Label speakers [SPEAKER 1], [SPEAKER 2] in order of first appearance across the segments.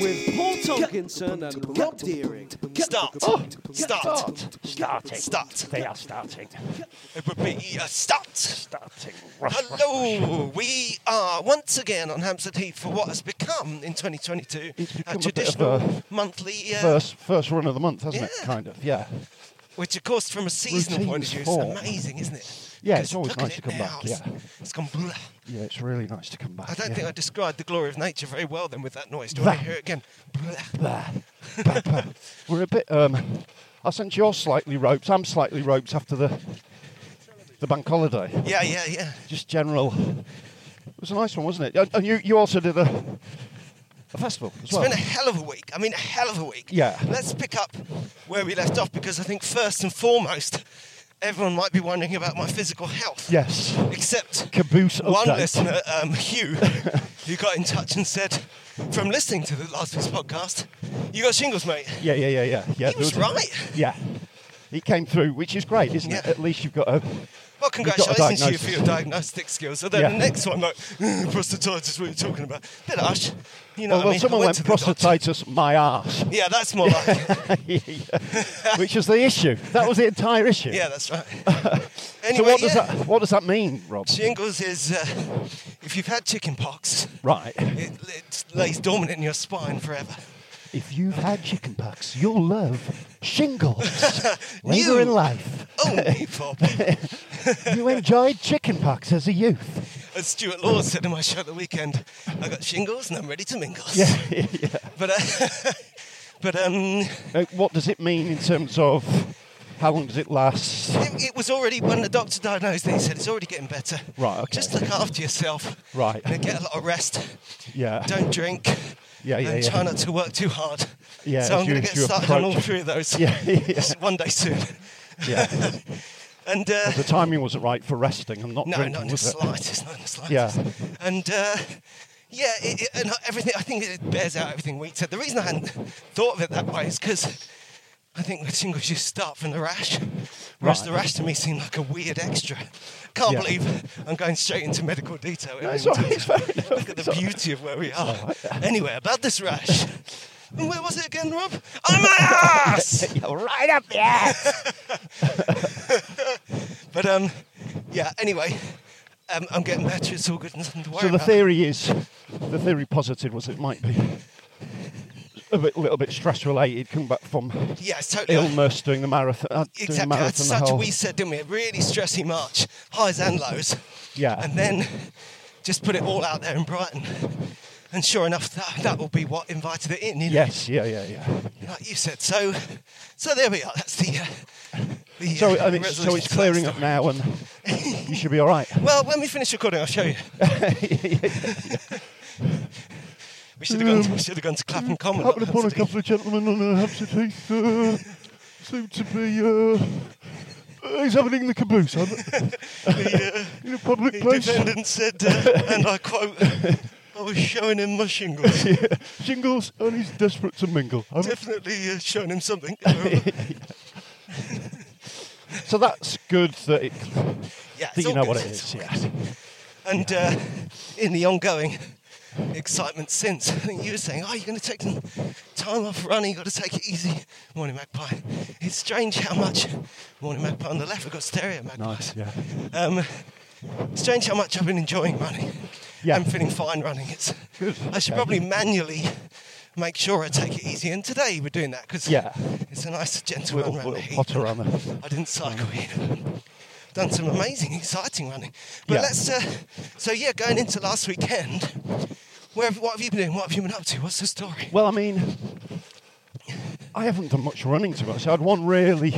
[SPEAKER 1] with Paul Tomkinson and Rob Deering. Oh,
[SPEAKER 2] Start. Start.
[SPEAKER 3] Starting.
[SPEAKER 2] Start.
[SPEAKER 3] They are starting.
[SPEAKER 2] It would be a start.
[SPEAKER 3] Starting.
[SPEAKER 2] Hello, we are once again on Hampstead Heath for what has become in 2022
[SPEAKER 3] become
[SPEAKER 2] a
[SPEAKER 3] a bit
[SPEAKER 2] traditional
[SPEAKER 3] of a
[SPEAKER 2] monthly, uh,
[SPEAKER 3] First, first run of the month, hasn't it?
[SPEAKER 2] Yeah.
[SPEAKER 3] Kind of, yeah.
[SPEAKER 2] which of course from a seasonal
[SPEAKER 3] routine
[SPEAKER 2] point of view is
[SPEAKER 3] form.
[SPEAKER 2] amazing, isn't it?
[SPEAKER 3] Yeah,
[SPEAKER 2] 'Cause
[SPEAKER 3] it's always
[SPEAKER 2] look at
[SPEAKER 3] nice
[SPEAKER 2] it
[SPEAKER 3] to come
[SPEAKER 2] now,
[SPEAKER 3] back, yeah.
[SPEAKER 2] it's- It's gone blah.
[SPEAKER 3] Yeah, it's really nice to come back.
[SPEAKER 2] I don't
[SPEAKER 3] yeah.
[SPEAKER 2] think I described the glory of nature very well then with that noise. Do you want to
[SPEAKER 3] Blah.
[SPEAKER 2] hear it again? Blah.
[SPEAKER 3] Bah, bah, bah. We're a bit. Um, I sense you're slightly roped. I'm slightly roped after the the bank holiday.
[SPEAKER 2] Yeah, yeah, yeah.
[SPEAKER 3] Just general. It was a nice one, wasn't it? And- And you, you also did a a festival as
[SPEAKER 2] It's
[SPEAKER 3] well.
[SPEAKER 2] been a hell of a week. I mean, a hell of a week.
[SPEAKER 3] Yeah.
[SPEAKER 2] Let's pick up where we left off because I think first and foremost, everyone might be wondering about my physical health.
[SPEAKER 3] yes.
[SPEAKER 2] Except
[SPEAKER 3] Caboose
[SPEAKER 2] one
[SPEAKER 3] update.
[SPEAKER 2] listener, um, Hugh, who got in touch and said, from listening to the last week's podcast, you got shingles, mate.
[SPEAKER 3] Yeah, yeah, yeah, yeah. yeah
[SPEAKER 2] He was
[SPEAKER 3] there
[SPEAKER 2] right.
[SPEAKER 3] Yeah. He came through, which is great, isn't it?
[SPEAKER 2] Yeah.
[SPEAKER 3] At least you've got a.
[SPEAKER 2] Well,
[SPEAKER 3] You've got a
[SPEAKER 2] congratulations to you for
[SPEAKER 3] diagnosis.
[SPEAKER 2] your diagnostic skills. So then
[SPEAKER 3] Yeah.
[SPEAKER 2] the next one, like, prostatitis, what are you talking about? Bit harsh. You know,
[SPEAKER 3] Although
[SPEAKER 2] what I mean? I
[SPEAKER 3] someone
[SPEAKER 2] went
[SPEAKER 3] went
[SPEAKER 2] to the doctor.
[SPEAKER 3] prostatitis, my arse,
[SPEAKER 2] Yeah, that's more like it.
[SPEAKER 3] which was the issue. That was the entire issue.
[SPEAKER 2] Yeah, that's right.
[SPEAKER 3] so
[SPEAKER 2] anyway,
[SPEAKER 3] what does
[SPEAKER 2] yeah.
[SPEAKER 3] that what does that mean, Rob?
[SPEAKER 2] Shingles is uh, if you've had chickenpox,
[SPEAKER 3] Right.
[SPEAKER 2] it, it lays dormant in your spine forever.
[SPEAKER 3] If you've had chickenpox, you'll love shingles
[SPEAKER 2] You-
[SPEAKER 3] later in life.
[SPEAKER 2] Oh, me, Bob.
[SPEAKER 3] You enjoyed chickenpox as a youth.
[SPEAKER 2] As Stuart Law said in my show the weekend, I got shingles and I'm ready to mingle.
[SPEAKER 3] Yeah.
[SPEAKER 2] But, uh, but um,
[SPEAKER 3] Uh, what does it mean in terms of how long does it last?
[SPEAKER 2] it, it was already, when the doctor diagnosed it, he said it's already getting better.
[SPEAKER 3] Right, okay.
[SPEAKER 2] Just look after yourself.
[SPEAKER 3] Right.
[SPEAKER 2] And get a lot of rest.
[SPEAKER 3] Yeah.
[SPEAKER 2] Don't drink.
[SPEAKER 3] Yeah, yeah,
[SPEAKER 2] And
[SPEAKER 3] yeah.
[SPEAKER 2] try not to work too hard.
[SPEAKER 3] Yeah,
[SPEAKER 2] So
[SPEAKER 3] as
[SPEAKER 2] I'm going to
[SPEAKER 3] you-
[SPEAKER 2] get
[SPEAKER 3] as you
[SPEAKER 2] started on all
[SPEAKER 3] approach-
[SPEAKER 2] three of those
[SPEAKER 3] Yeah, yeah.
[SPEAKER 2] one day soon.
[SPEAKER 3] yeah.
[SPEAKER 2] And uh,
[SPEAKER 3] The timing wasn't right for resting. I'm not
[SPEAKER 2] No,
[SPEAKER 3] drinking,
[SPEAKER 2] not in the
[SPEAKER 3] was it?
[SPEAKER 2] slightest, not in the
[SPEAKER 3] Yeah.
[SPEAKER 2] slightest. And uh, yeah, it, it, and everything. I think it bears out everything we said. The reason I hadn't thought of it that way is because I think the singles you start from the rash, whereas
[SPEAKER 3] Right.
[SPEAKER 2] the rash to me seemed like a weird extra. Can't
[SPEAKER 3] Yeah.
[SPEAKER 2] believe I'm going straight into medical detail.
[SPEAKER 3] No, it's all right, it's fair enough,
[SPEAKER 2] Look at the beauty of where we are. Anyway, about this rash. And Where was it again, Rob? On my ass!
[SPEAKER 3] You're right up the ass.
[SPEAKER 2] But um, yeah. Anyway, um, I'm getting better. It's all good. Nothing to worry
[SPEAKER 3] So the
[SPEAKER 2] about.
[SPEAKER 3] theory is, the theory posited was it might be a bit, little bit stress related, coming back from
[SPEAKER 2] Yeah, it's totally.
[SPEAKER 3] illness, doing the marathon, uh, doing the
[SPEAKER 2] Exactly.
[SPEAKER 3] marathon,
[SPEAKER 2] That's
[SPEAKER 3] the
[SPEAKER 2] such
[SPEAKER 3] whole.
[SPEAKER 2] we said, didn't we? A really stressy march, highs and lows.
[SPEAKER 3] Yeah.
[SPEAKER 2] And then just put it all out there in Brighton. And sure enough, that, that will be what invited it in. You know?
[SPEAKER 3] Yes, yeah, yeah, yeah.
[SPEAKER 2] Like you said. So, so there we are. That's the. Uh, the
[SPEAKER 3] So,
[SPEAKER 2] uh,
[SPEAKER 3] and it's, so
[SPEAKER 2] resolution
[SPEAKER 3] it's
[SPEAKER 2] to that
[SPEAKER 3] clearing up
[SPEAKER 2] story.
[SPEAKER 3] now, and you should be all right.
[SPEAKER 2] Well, when we finish recording, I'll show you. we should have gone. To,
[SPEAKER 3] Um,
[SPEAKER 2] we should have gone to Clapham Common. not
[SPEAKER 3] Happened upon a
[SPEAKER 2] Hampstead Heath.
[SPEAKER 3] couple of gentlemen on a Hampstead Heath, uh, seem to be. Uh, uh, he's having it in the caboose, I'm,
[SPEAKER 2] The, uh,
[SPEAKER 3] in a public
[SPEAKER 2] The
[SPEAKER 3] place.
[SPEAKER 2] defendant said, uh, and I quote, was showing him my shingles.
[SPEAKER 3] Jingles only's desperate to mingle. I'm-
[SPEAKER 2] Definitely uh, showing him something.
[SPEAKER 3] so that's good that it.
[SPEAKER 2] yeah,
[SPEAKER 3] That
[SPEAKER 2] it's
[SPEAKER 3] you
[SPEAKER 2] all
[SPEAKER 3] know
[SPEAKER 2] good.
[SPEAKER 3] what it
[SPEAKER 2] It's
[SPEAKER 3] is.
[SPEAKER 2] all good.
[SPEAKER 3] Yeah.
[SPEAKER 2] And uh, in the ongoing excitement since, I think you were saying, oh, you're going to take some time off running, you've got to take it easy. Morning Magpie. It's strange how much. Morning Magpie on the left, I've got stereo magpies.
[SPEAKER 3] Nice. Yeah.
[SPEAKER 2] Um, strange how much I've been enjoying running.
[SPEAKER 3] Yeah.
[SPEAKER 2] I'm feeling fine running. It's
[SPEAKER 3] Good,
[SPEAKER 2] I should
[SPEAKER 3] okay.
[SPEAKER 2] probably manually make sure I take it easy. And today we're doing that because
[SPEAKER 3] Yeah.
[SPEAKER 2] it's a nice gentle
[SPEAKER 3] Little,
[SPEAKER 2] run around the
[SPEAKER 3] little
[SPEAKER 2] heat.
[SPEAKER 3] potter on the.
[SPEAKER 2] I didn't cycle either. Done some amazing, exciting running. But
[SPEAKER 3] Yeah.
[SPEAKER 2] let's. Uh, so yeah, going into last weekend. Where have, what have you been doing? What have you been up to? What's the story?
[SPEAKER 3] Well, I mean, I haven't done much running to be honest. I had one really.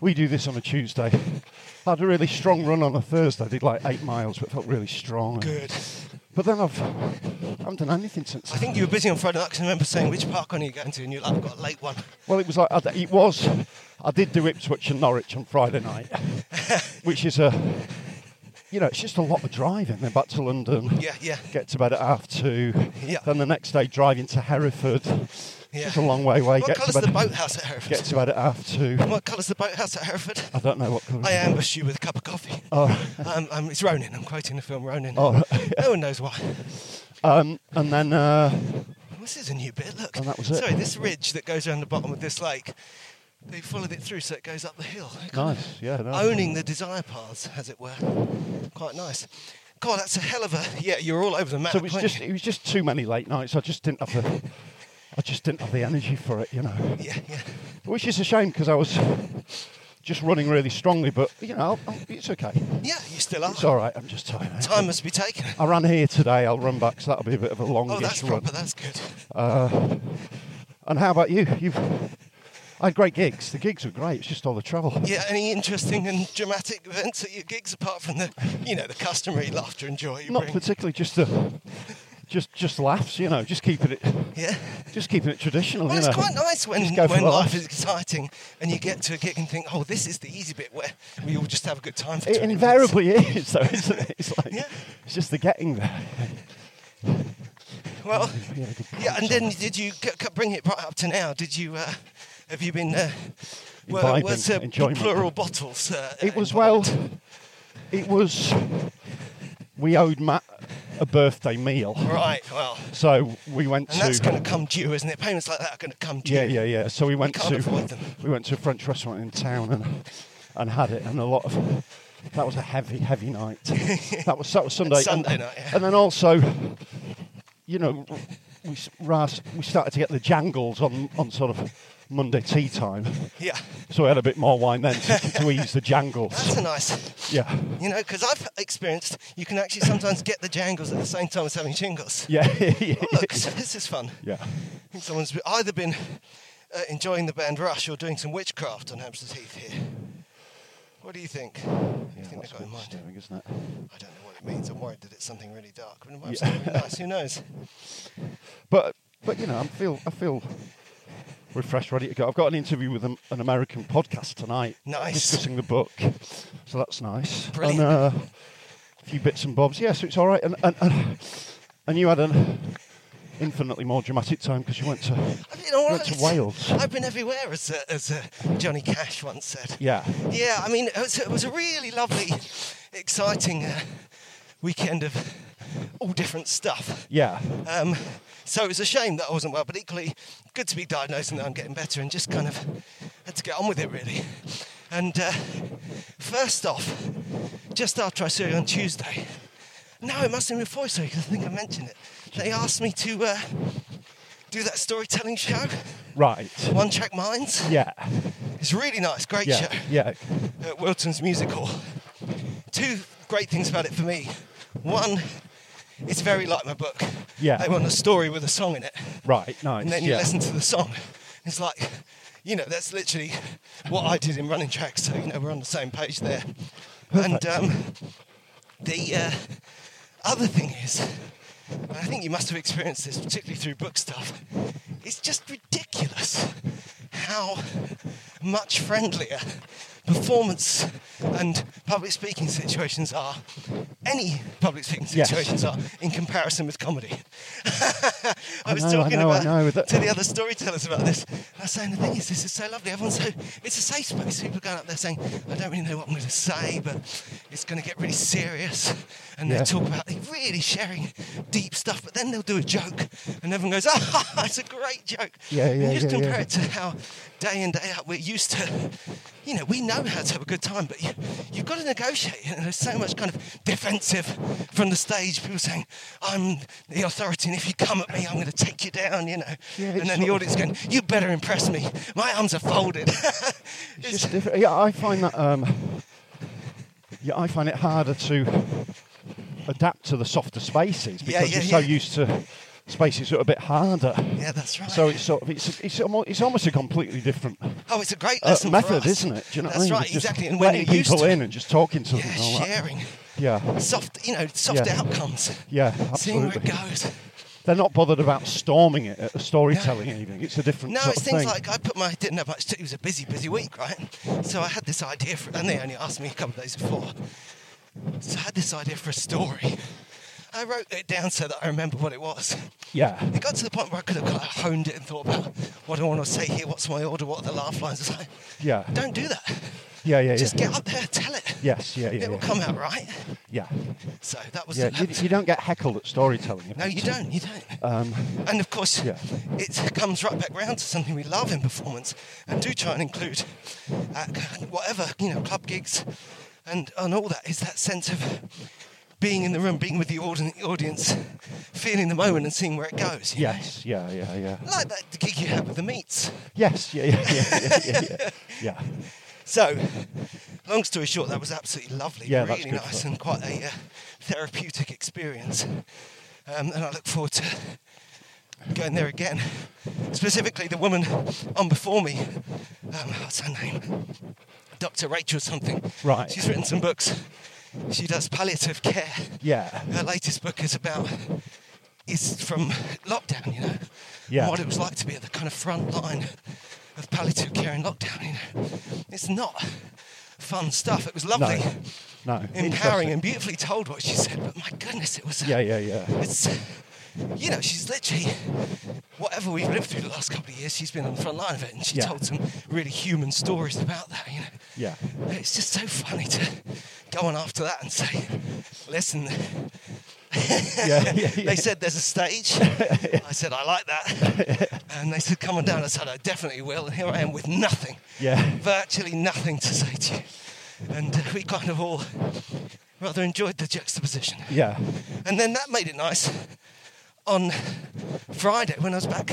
[SPEAKER 3] We do this on a Tuesday. I had a really strong run on a Thursday. I did like eight miles, but felt really strong.
[SPEAKER 2] Good.
[SPEAKER 3] But then I've I haven't done anything since.
[SPEAKER 2] I think you were busy on Friday night 'cause I remember saying which park on are you going to, and you're like, I've got a late one.
[SPEAKER 3] Well, it was like I'd- it was. I did do Ipswich and Norwich on Friday night, which is a, you know, it's just a lot of driving. Then back to London.
[SPEAKER 2] Yeah, yeah.
[SPEAKER 3] Get to bed at half two.
[SPEAKER 2] Yeah.
[SPEAKER 3] Then the next day driving to Hereford. It's
[SPEAKER 2] Yeah.
[SPEAKER 3] Just a long way away.
[SPEAKER 2] What
[SPEAKER 3] get to
[SPEAKER 2] colour's the
[SPEAKER 3] bed-
[SPEAKER 2] boathouse at Hereford?
[SPEAKER 3] Get to bed at half two.
[SPEAKER 2] What colour's the boathouse at Hereford?
[SPEAKER 3] I don't know what colour.
[SPEAKER 2] I
[SPEAKER 3] it is.
[SPEAKER 2] ambushed you with a cup of coffee.
[SPEAKER 3] Oh,
[SPEAKER 2] Um, um, it's Ronin. I'm quoting the film Ronin.
[SPEAKER 3] oh,
[SPEAKER 2] No one knows why.
[SPEAKER 3] um, and then uh,
[SPEAKER 2] This is a new bit, look.
[SPEAKER 3] And Oh, that was it.
[SPEAKER 2] Sorry, this ridge that goes around the bottom of this lake, they followed it through so it goes up the hill. They're kind of
[SPEAKER 3] nice, yeah. Nice.
[SPEAKER 2] Owning the desire paths, as it were. Quite nice. God, that's a hell of a. Yeah, you're all over the map.
[SPEAKER 3] So it was
[SPEAKER 2] weren't
[SPEAKER 3] just
[SPEAKER 2] you?
[SPEAKER 3] it was just too many late nights. I just didn't have the, I just didn't have the energy for it, you know.
[SPEAKER 2] Yeah, yeah.
[SPEAKER 3] Which is a shame because I was just running really strongly, but you know, I'll, I'll- it's okay.
[SPEAKER 2] Yeah, you still are.
[SPEAKER 3] It's all right. I'm just tired.
[SPEAKER 2] Time must be taken.
[SPEAKER 3] I ran here today. I'll run back, so that'll be a bit of a
[SPEAKER 2] Oh, that's
[SPEAKER 3] longish run.
[SPEAKER 2] proper. That's good.
[SPEAKER 3] And how about you? You've I had great gigs. The gigs were great. It's just all the travel.
[SPEAKER 2] Yeah, any interesting and dramatic events at your gigs apart from the, you know, the customary laughter and joy you
[SPEAKER 3] Not
[SPEAKER 2] bring?
[SPEAKER 3] particularly. Just the, just just laughs. You know, just keeping it,
[SPEAKER 2] yeah.
[SPEAKER 3] just keeping it traditional.
[SPEAKER 2] Well,
[SPEAKER 3] you
[SPEAKER 2] it's
[SPEAKER 3] know.
[SPEAKER 2] quite nice when,
[SPEAKER 3] Just go for
[SPEAKER 2] when
[SPEAKER 3] the
[SPEAKER 2] life
[SPEAKER 3] laughs.
[SPEAKER 2] is exciting and you get to a gig and think, oh, this is the easy bit where we all just have a good time for
[SPEAKER 3] It
[SPEAKER 2] 20 minutes."
[SPEAKER 3] invariably is, though, isn't it? It's like
[SPEAKER 2] Yeah.
[SPEAKER 3] it's just the getting there.
[SPEAKER 2] Well,
[SPEAKER 3] We had a good
[SPEAKER 2] yeah, and then did you c- c- bring it right up to now? Did you, uh, have you been, uh, were-
[SPEAKER 3] Imbibing,
[SPEAKER 2] was uh,
[SPEAKER 3] enjoyment.
[SPEAKER 2] plural bottles? Uh,
[SPEAKER 3] It was well.
[SPEAKER 2] involved?
[SPEAKER 3] It was. We owed Matt a birthday meal,
[SPEAKER 2] Right, well,
[SPEAKER 3] so we went
[SPEAKER 2] and that's
[SPEAKER 3] to.
[SPEAKER 2] going to come due, isn't it? Payments like that are going to come due.
[SPEAKER 3] yeah, yeah, yeah. So we went
[SPEAKER 2] can't avoid
[SPEAKER 3] to.
[SPEAKER 2] them.
[SPEAKER 3] We went to a French restaurant in town and and had it, and a lot of. That was a heavy, heavy night. that was that was Sunday.
[SPEAKER 2] Sunday
[SPEAKER 3] and,
[SPEAKER 2] night, yeah.
[SPEAKER 3] And then also, you know, we s- ras- we started to get the jangles on on sort of Monday tea time.
[SPEAKER 2] Yeah,
[SPEAKER 3] So we had a bit more wine then to, to ease the jangles.
[SPEAKER 2] that's a nice,
[SPEAKER 3] Yeah.
[SPEAKER 2] you know, because I've experienced you can actually sometimes get the jangles at the same time as having shingles.
[SPEAKER 3] Yeah.
[SPEAKER 2] Oh, look, this is fun.
[SPEAKER 3] yeah.
[SPEAKER 2] I think someone's be- either been uh, enjoying the band Rush or doing some witchcraft on Hampstead Heath here. What do you think? What do you think
[SPEAKER 3] That's
[SPEAKER 2] they've got in
[SPEAKER 3] what's
[SPEAKER 2] mind?
[SPEAKER 3] doing, isn't it?
[SPEAKER 2] I don't know what it means. I'm worried that it's something really dark, but it might be
[SPEAKER 3] Yeah.
[SPEAKER 2] something really nice. Who knows?
[SPEAKER 3] But but you know, I feel I feel refreshed, ready to go. I've got an interview with an, an American podcast tonight.
[SPEAKER 2] Nice.
[SPEAKER 3] Discussing the book. So that's nice.
[SPEAKER 2] Brilliant.
[SPEAKER 3] And uh, a few bits and bobs. Yeah, so it's all right. And and, and, and you had an infinitely more dramatic time because you went to
[SPEAKER 2] I've been all
[SPEAKER 3] you went
[SPEAKER 2] right.
[SPEAKER 3] to Wales.
[SPEAKER 2] I've been everywhere, as, uh, as uh, Johnny Cash once said.
[SPEAKER 3] Yeah.
[SPEAKER 2] Yeah, I mean, it was, it was a really lovely, exciting uh, weekend of all different stuff.
[SPEAKER 3] Yeah.
[SPEAKER 2] Um, so it was a shame that I wasn't well, but equally good to be diagnosed and that I'm getting better and just kind of had to get on with it really. And uh, first off, just after I saw you on Tuesday, no, it must have been before so because I think I mentioned it. They asked me to uh, do that storytelling show,
[SPEAKER 3] Right.
[SPEAKER 2] One Track Minds.
[SPEAKER 3] Yeah.
[SPEAKER 2] It's really nice, great
[SPEAKER 3] Yeah.
[SPEAKER 2] show
[SPEAKER 3] Yeah.
[SPEAKER 2] at Wilton's Music Hall. Two great things about it for me. One, it's very like my book.
[SPEAKER 3] Yeah.
[SPEAKER 2] They want a story with a song in it.
[SPEAKER 3] Right. Nice.
[SPEAKER 2] And then you
[SPEAKER 3] yeah.
[SPEAKER 2] listen to the song. It's like, you know, that's literally what I did in running tracks. So, you know, we're on the same page there. And um, the uh, other thing is, and I think you must have experienced this, particularly through book stuff, it's just ridiculous how much friendlier performance and public speaking situations are, any public speaking
[SPEAKER 3] Yes.
[SPEAKER 2] situations are, in comparison with comedy. I,
[SPEAKER 3] I
[SPEAKER 2] was
[SPEAKER 3] know, I
[SPEAKER 2] talking
[SPEAKER 3] know, I
[SPEAKER 2] about
[SPEAKER 3] know, that-
[SPEAKER 2] to the other storytellers about this. I was saying the thing is, this is so lovely. Everyone's so it's a safe space. People are going up there saying, I don't really know what I'm going to say, but it's going to get really serious. And they
[SPEAKER 3] Yeah.
[SPEAKER 2] talk about they really sharing deep stuff, but then they'll do a joke, and everyone goes, "Ah, it's a great joke."
[SPEAKER 3] Yeah,
[SPEAKER 2] And
[SPEAKER 3] yeah,
[SPEAKER 2] you just
[SPEAKER 3] yeah,
[SPEAKER 2] compare
[SPEAKER 3] yeah.
[SPEAKER 2] it to how day in day out we're used to. You know, we know how to have a good time, but you, you've got to negotiate. And there's so much kind of defensive from the stage. People saying, "I'm the authority, and if you come at me, I'm going to take you down." You know,
[SPEAKER 3] Yeah,
[SPEAKER 2] and
[SPEAKER 3] it's
[SPEAKER 2] then the
[SPEAKER 3] sort of-
[SPEAKER 2] audience going, "You better impress me. My arms are folded." It's-
[SPEAKER 3] It's just different. Yeah, I find that. Um, yeah, I find it harder to adapt to the softer spaces
[SPEAKER 2] Yeah,
[SPEAKER 3] because
[SPEAKER 2] yeah,
[SPEAKER 3] you're so
[SPEAKER 2] yeah.
[SPEAKER 3] used to spaces that are a bit harder.
[SPEAKER 2] yeah, that's right.
[SPEAKER 3] So it's sort of it's it's almost, it's almost a completely different
[SPEAKER 2] oh, it's a great
[SPEAKER 3] uh,
[SPEAKER 2] lesson for
[SPEAKER 3] method,
[SPEAKER 2] us.
[SPEAKER 3] isn't it? Do you know
[SPEAKER 2] that's
[SPEAKER 3] what I mean?
[SPEAKER 2] right,
[SPEAKER 3] It's just
[SPEAKER 2] exactly. And when
[SPEAKER 3] letting
[SPEAKER 2] you're used
[SPEAKER 3] people
[SPEAKER 2] to
[SPEAKER 3] in and just talking to
[SPEAKER 2] yeah,
[SPEAKER 3] them, and all that.
[SPEAKER 2] sharing.
[SPEAKER 3] yeah,
[SPEAKER 2] soft, you know, soft
[SPEAKER 3] Yeah.
[SPEAKER 2] outcomes.
[SPEAKER 3] yeah,
[SPEAKER 2] Seeing where
[SPEAKER 3] absolutely.
[SPEAKER 2] it goes.
[SPEAKER 3] They're not bothered about storming it at a storytelling evening. It's a different
[SPEAKER 2] No,
[SPEAKER 3] sort
[SPEAKER 2] it's
[SPEAKER 3] of
[SPEAKER 2] things
[SPEAKER 3] thing.
[SPEAKER 2] like I put my didn't have much. To, it was a busy, busy week, right? So I had this idea for, and they only asked me a couple of days before. So I had this idea for a story. I wrote it down so that I remember what it was.
[SPEAKER 3] yeah,
[SPEAKER 2] It got to the point where I could have kind of honed it and thought about what do I want to say here, what's my order, what are the laugh lines. It's like,
[SPEAKER 3] yeah,
[SPEAKER 2] don't do that.
[SPEAKER 3] yeah, yeah,
[SPEAKER 2] Just
[SPEAKER 3] yeah.
[SPEAKER 2] get up there, tell it.
[SPEAKER 3] Yes, yeah, yeah,
[SPEAKER 2] it will
[SPEAKER 3] yeah.
[SPEAKER 2] come out right.
[SPEAKER 3] yeah,
[SPEAKER 2] So that was.
[SPEAKER 3] yeah.
[SPEAKER 2] that
[SPEAKER 3] You,
[SPEAKER 2] was-
[SPEAKER 3] you don't get heckled at storytelling.
[SPEAKER 2] no, you
[SPEAKER 3] events.
[SPEAKER 2] don't. You don't.
[SPEAKER 3] Um,
[SPEAKER 2] And of course,
[SPEAKER 3] Yeah.
[SPEAKER 2] it comes right back round to something we love in performance, and do try and include at whatever you know, club gigs, and and all that is that sense of being in the room, being with the audi- audience, feeling the moment, and seeing where it goes. you know?
[SPEAKER 3] yes, yeah, yeah, yeah.
[SPEAKER 2] Like that gig you had with the meats.
[SPEAKER 3] Yes, yeah, yeah, yeah, yeah, yeah, yeah. yeah.
[SPEAKER 2] So, long story short, that was absolutely lovely,
[SPEAKER 3] Yeah, that's
[SPEAKER 2] really
[SPEAKER 3] good
[SPEAKER 2] nice,
[SPEAKER 3] fun.
[SPEAKER 2] and quite a uh, therapeutic experience. Um, and I look forward to going there again. Specifically, the woman on before me, um, what's her name? Dr. Rachel something.
[SPEAKER 3] Right.
[SPEAKER 2] She's written some books. She does palliative care.
[SPEAKER 3] Yeah.
[SPEAKER 2] Her latest book is about is from lockdown, you know. and
[SPEAKER 3] Yeah.
[SPEAKER 2] What it was like to be at the kind of front line of palliative care in lockdown, you know. It's not fun stuff. It was lovely,
[SPEAKER 3] No. No.
[SPEAKER 2] empowering
[SPEAKER 3] Interesting.
[SPEAKER 2] and beautifully told what she said, but my goodness, it was
[SPEAKER 3] Yeah, yeah, yeah.
[SPEAKER 2] it's you know, she's literally whatever we've lived through the last couple of years, she's been on the front line of it and she
[SPEAKER 3] Yeah.
[SPEAKER 2] told some really human stories about that, you know.
[SPEAKER 3] Yeah.
[SPEAKER 2] And It's just so funny to go on after that and say, listen,
[SPEAKER 3] Yeah, yeah, yeah.
[SPEAKER 2] they said there's a stage. I said, I like that. and they said, come on down. I said, I definitely will. And here I am with nothing,
[SPEAKER 3] Yeah.
[SPEAKER 2] virtually nothing to say to you. And uh, we kind of all rather enjoyed the juxtaposition.
[SPEAKER 3] Yeah.
[SPEAKER 2] And then that made it nice on Friday when I was back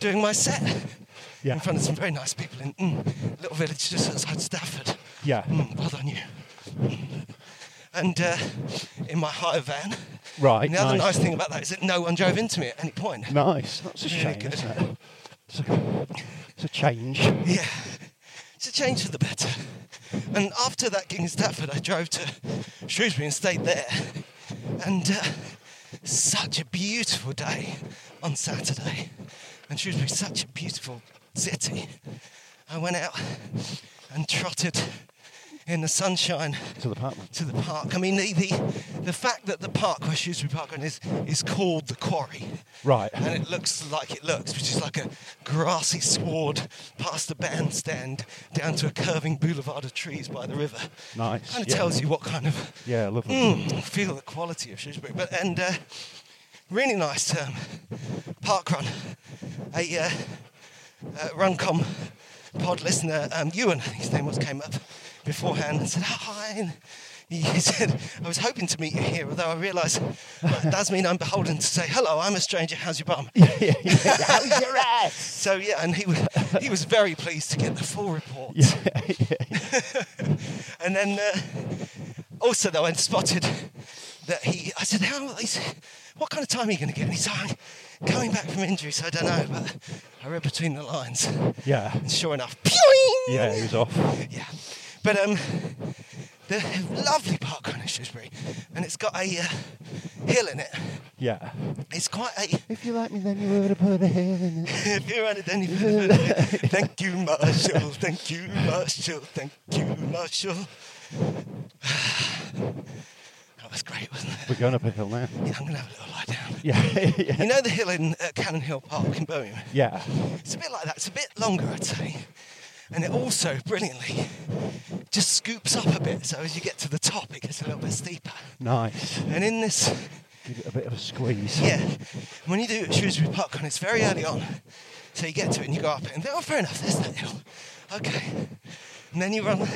[SPEAKER 2] doing my set
[SPEAKER 3] Yeah.
[SPEAKER 2] in front of some very nice people in mm, a little village just outside Stafford.
[SPEAKER 3] Yeah.
[SPEAKER 2] Mm, well done, you. Mm. And uh, in my hire van.
[SPEAKER 3] Right,
[SPEAKER 2] And the other
[SPEAKER 3] nice.
[SPEAKER 2] nice thing about that is that no one drove into me at any point.
[SPEAKER 3] Nice. That's a shame,
[SPEAKER 2] good.
[SPEAKER 3] isn't it? It's a, it's a change.
[SPEAKER 2] Yeah. It's a change for the better. And after that gig in Stafford, I drove to Shrewsbury and stayed there. And uh, such a beautiful day on Saturday. And Shrewsbury's such a beautiful city. I went out and trotted in the sunshine
[SPEAKER 3] To the apartment.
[SPEAKER 2] to the park. I mean, the, the, the fact that the park where Shrewsbury Park is is called the Quarry,
[SPEAKER 3] Right.
[SPEAKER 2] and it looks like it looks, which is like a grassy sward past the bandstand down to a curving boulevard of trees by the river.
[SPEAKER 3] Nice,
[SPEAKER 2] Kind of
[SPEAKER 3] yeah.
[SPEAKER 2] tells you what kind of
[SPEAKER 3] Yeah, lovely.
[SPEAKER 2] Mm, feel the quality of Shrewsbury. But and uh, really nice um, park run. A uh, uh, Runcom pod listener, um, Ewan, I think his name was, came up beforehand and said, oh, hi. And he said, I was hoping to meet you here, although I realise that does mean I'm beholden to say, hello, I'm a stranger, how's your bum?
[SPEAKER 3] yeah, yeah. How's your ass?
[SPEAKER 2] So yeah, and he was he was very pleased to get the full report. and then uh, also though, I spotted that he. I said, "How? Is, what kind of time are you going to get?" And he's like, "I'm coming back from injury, so I don't know." But I read between the lines,
[SPEAKER 3] Yeah.
[SPEAKER 2] and sure enough, pew!
[SPEAKER 3] Yeah, he was off.
[SPEAKER 2] Yeah. But um, the lovely park on Shrewsbury, and it's got a uh, hill in it
[SPEAKER 3] Yeah.
[SPEAKER 2] It's quite a.
[SPEAKER 3] If you like me, then you would have put a hair in it.
[SPEAKER 2] If you're at it, then you. Thank you, Marshall. Thank you, Marshall. Thank you, Marshall. That was great, wasn't it?
[SPEAKER 3] We're going up a hill now.
[SPEAKER 2] Yeah, I'm gonna have a little lie down.
[SPEAKER 3] Yeah, yeah,
[SPEAKER 2] You know the hill in uh, Cannon Hill Park in Birmingham.
[SPEAKER 3] yeah.
[SPEAKER 2] It's a bit like that. It's a bit longer, I'd say. And it also brilliantly just scoops up a bit. So as you get to the top, it gets a little bit steeper.
[SPEAKER 3] Nice.
[SPEAKER 2] And in this,
[SPEAKER 3] Give it a bit of a squeeze.
[SPEAKER 2] yeah, when you do it at Shrewsbury Park, and it's very early on. So you get to it and you go up it and think, oh, fair enough, there's that hill. Okay. And then you run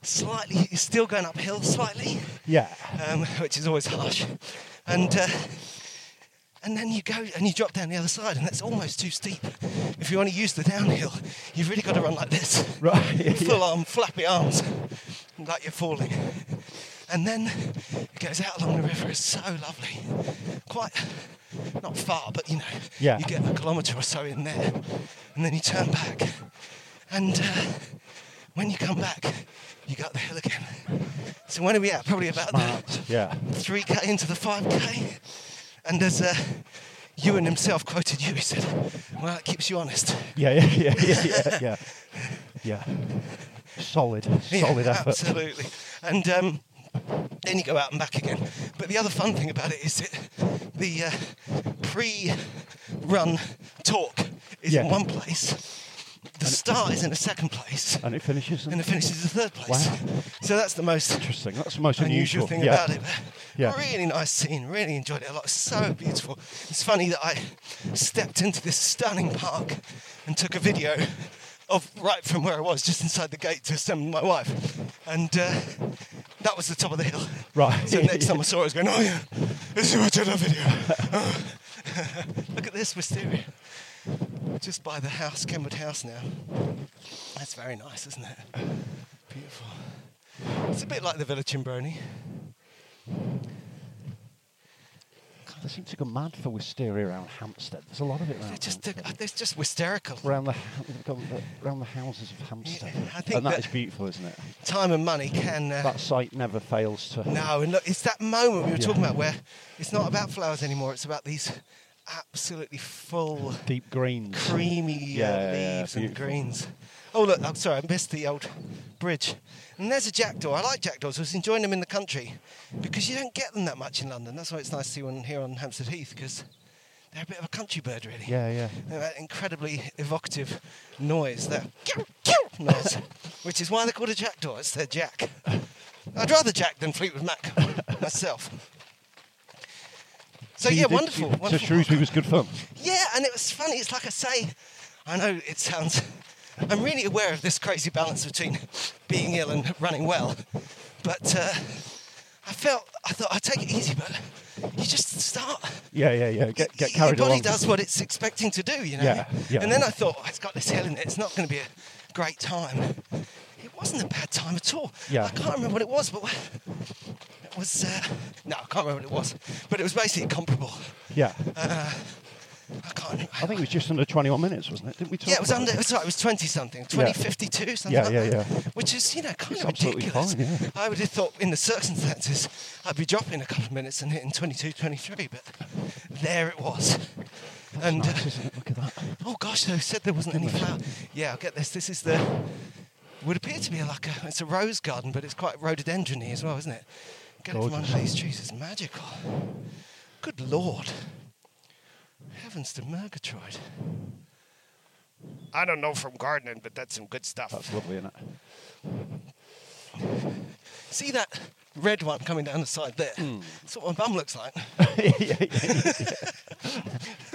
[SPEAKER 2] slightly, you're still going uphill slightly,
[SPEAKER 3] Yeah.
[SPEAKER 2] um, which is always harsh. And uh, and then you go and you drop down the other side, and that's almost too steep. If you want to use the downhill, you've really got to run like this.
[SPEAKER 3] Right. yeah, yeah.
[SPEAKER 2] Full arm, flappy arms, like you're falling. And then it goes out along the river. It's so lovely. Quite, not far, but you know,
[SPEAKER 3] Yeah.
[SPEAKER 2] you get a kilometre or so in there. And then you turn back. And uh, when you come back, you go up the hill again. So when are we at? Probably about the,
[SPEAKER 3] Yeah.
[SPEAKER 2] 3k into the 5k. And as uh, Ewan himself quoted you, he said, Well, it keeps you honest.
[SPEAKER 3] Yeah. Yeah. Yeah. Yeah. Yeah. Yeah. yeah. Solid.
[SPEAKER 2] Yeah,
[SPEAKER 3] Solid effort.
[SPEAKER 2] Absolutely. And um, then you go out and back again. But the other fun thing about it is that the uh, pre run talk is in
[SPEAKER 3] Yeah.
[SPEAKER 2] one place, the start is in a second place,
[SPEAKER 3] And it finishes.
[SPEAKER 2] and the finish is the third place.
[SPEAKER 3] Wow.
[SPEAKER 2] So that's the most
[SPEAKER 3] Interesting. That's the most
[SPEAKER 2] unusual
[SPEAKER 3] unusual,
[SPEAKER 2] thing
[SPEAKER 3] yeah.
[SPEAKER 2] about it. But
[SPEAKER 3] Yeah.
[SPEAKER 2] Really nice scene. Really enjoyed it a lot. So beautiful. It's funny that I stepped into this stunning park and took a video of right from where I was, just inside the gate to send my wife, and uh, that was the top of the hill.
[SPEAKER 3] Right.
[SPEAKER 2] So next time I saw it, I was going, oh yeah, this is where I took that video. Oh. Look at this wisteria. Just by the house, Kenwood House now. That's very nice, isn't it? Beautiful. It's a bit like the Villa Chimbroni.
[SPEAKER 3] They seem to go mad for wisteria around Hampstead. There's a lot of it around.
[SPEAKER 2] They're just,
[SPEAKER 3] Hampstead.
[SPEAKER 2] they're just hysterical.
[SPEAKER 3] Around the, ha- they've got the- around the houses of Hampstead,
[SPEAKER 2] Yeah, I think
[SPEAKER 3] and that
[SPEAKER 2] that-
[SPEAKER 3] is beautiful, isn't it?
[SPEAKER 2] Time and money can. Uh,
[SPEAKER 3] That site never fails to.
[SPEAKER 2] no, and look, it's that moment we were
[SPEAKER 3] Yeah.
[SPEAKER 2] talking about where it's not about flowers anymore, it's about these absolutely full,
[SPEAKER 3] Deep greens.
[SPEAKER 2] creamy
[SPEAKER 3] Yeah,
[SPEAKER 2] uh,
[SPEAKER 3] yeah, yeah,
[SPEAKER 2] leaves and
[SPEAKER 3] beautiful.
[SPEAKER 2] greens. Oh, look, I'm sorry, I missed the old bridge. And there's a jackdaw. I like jackdaws. I was enjoying them in the country because you don't get them that much in London. That's why it's nice to see one here on Hampstead Heath because they're a bit of a country bird, really.
[SPEAKER 3] Yeah, yeah.
[SPEAKER 2] They're that incredibly evocative noise, that kew, kew noise, which is why they're called a jackdaw. It's their jack. I'd rather jack than Fleetwood Mac myself. So, yeah,
[SPEAKER 3] You did-
[SPEAKER 2] wonderful.
[SPEAKER 3] you- So
[SPEAKER 2] wonderful.
[SPEAKER 3] Shrewsbury was good fun.
[SPEAKER 2] Yeah, and it was funny. It's like I say, I know it sounds. I'm really aware of this crazy balance between being ill and running well, but uh, I felt I thought I'd take it easy, but you just start.
[SPEAKER 3] Yeah, yeah, yeah. Get get
[SPEAKER 2] Y-
[SPEAKER 3] carried
[SPEAKER 2] Your body
[SPEAKER 3] along.
[SPEAKER 2] does what it's expecting to do, you know.
[SPEAKER 3] Yeah, yeah.
[SPEAKER 2] And then I thought, oh, it's got this hill in it. It's not going to be a great time. It wasn't a bad time at all.
[SPEAKER 3] Yeah.
[SPEAKER 2] I can't remember what it was, but it was. Uh, no, I can't remember what it was, but it was basically comparable.
[SPEAKER 3] Yeah.
[SPEAKER 2] Uh, I can't. Remember.
[SPEAKER 3] I think it was just under 21 minutes, wasn't it? Didn't we talk
[SPEAKER 2] Yeah, it was
[SPEAKER 3] about
[SPEAKER 2] under. It was, sorry, it was twenty something,
[SPEAKER 3] Yeah.
[SPEAKER 2] twenty fifty two something.
[SPEAKER 3] Yeah,
[SPEAKER 2] like
[SPEAKER 3] yeah,
[SPEAKER 2] that,
[SPEAKER 3] yeah.
[SPEAKER 2] Which is you know kind
[SPEAKER 3] It's
[SPEAKER 2] of
[SPEAKER 3] absolutely
[SPEAKER 2] ridiculous.
[SPEAKER 3] fine, yeah.
[SPEAKER 2] I would have thought in the circumstances I'd be dropping a couple of minutes and hitting 22, 23, but there it was. and
[SPEAKER 3] Nice,
[SPEAKER 2] uh,
[SPEAKER 3] isn't it? Look at that.
[SPEAKER 2] oh gosh, they said there wasn't any flower. Yeah, I'll get this. This is the would appear to be like a it's a rose garden, but it's quite rhododendrony as well, isn't it? Get it from
[SPEAKER 3] Gorgeous.
[SPEAKER 2] under these trees. It's magical. Good lord. Heavens to Murgatroyd. I don't know from gardening, but that's some good stuff.
[SPEAKER 3] That's lovely, isn't it?
[SPEAKER 2] See that red one coming down the side there?
[SPEAKER 3] Hmm.
[SPEAKER 2] That's what my bum looks like.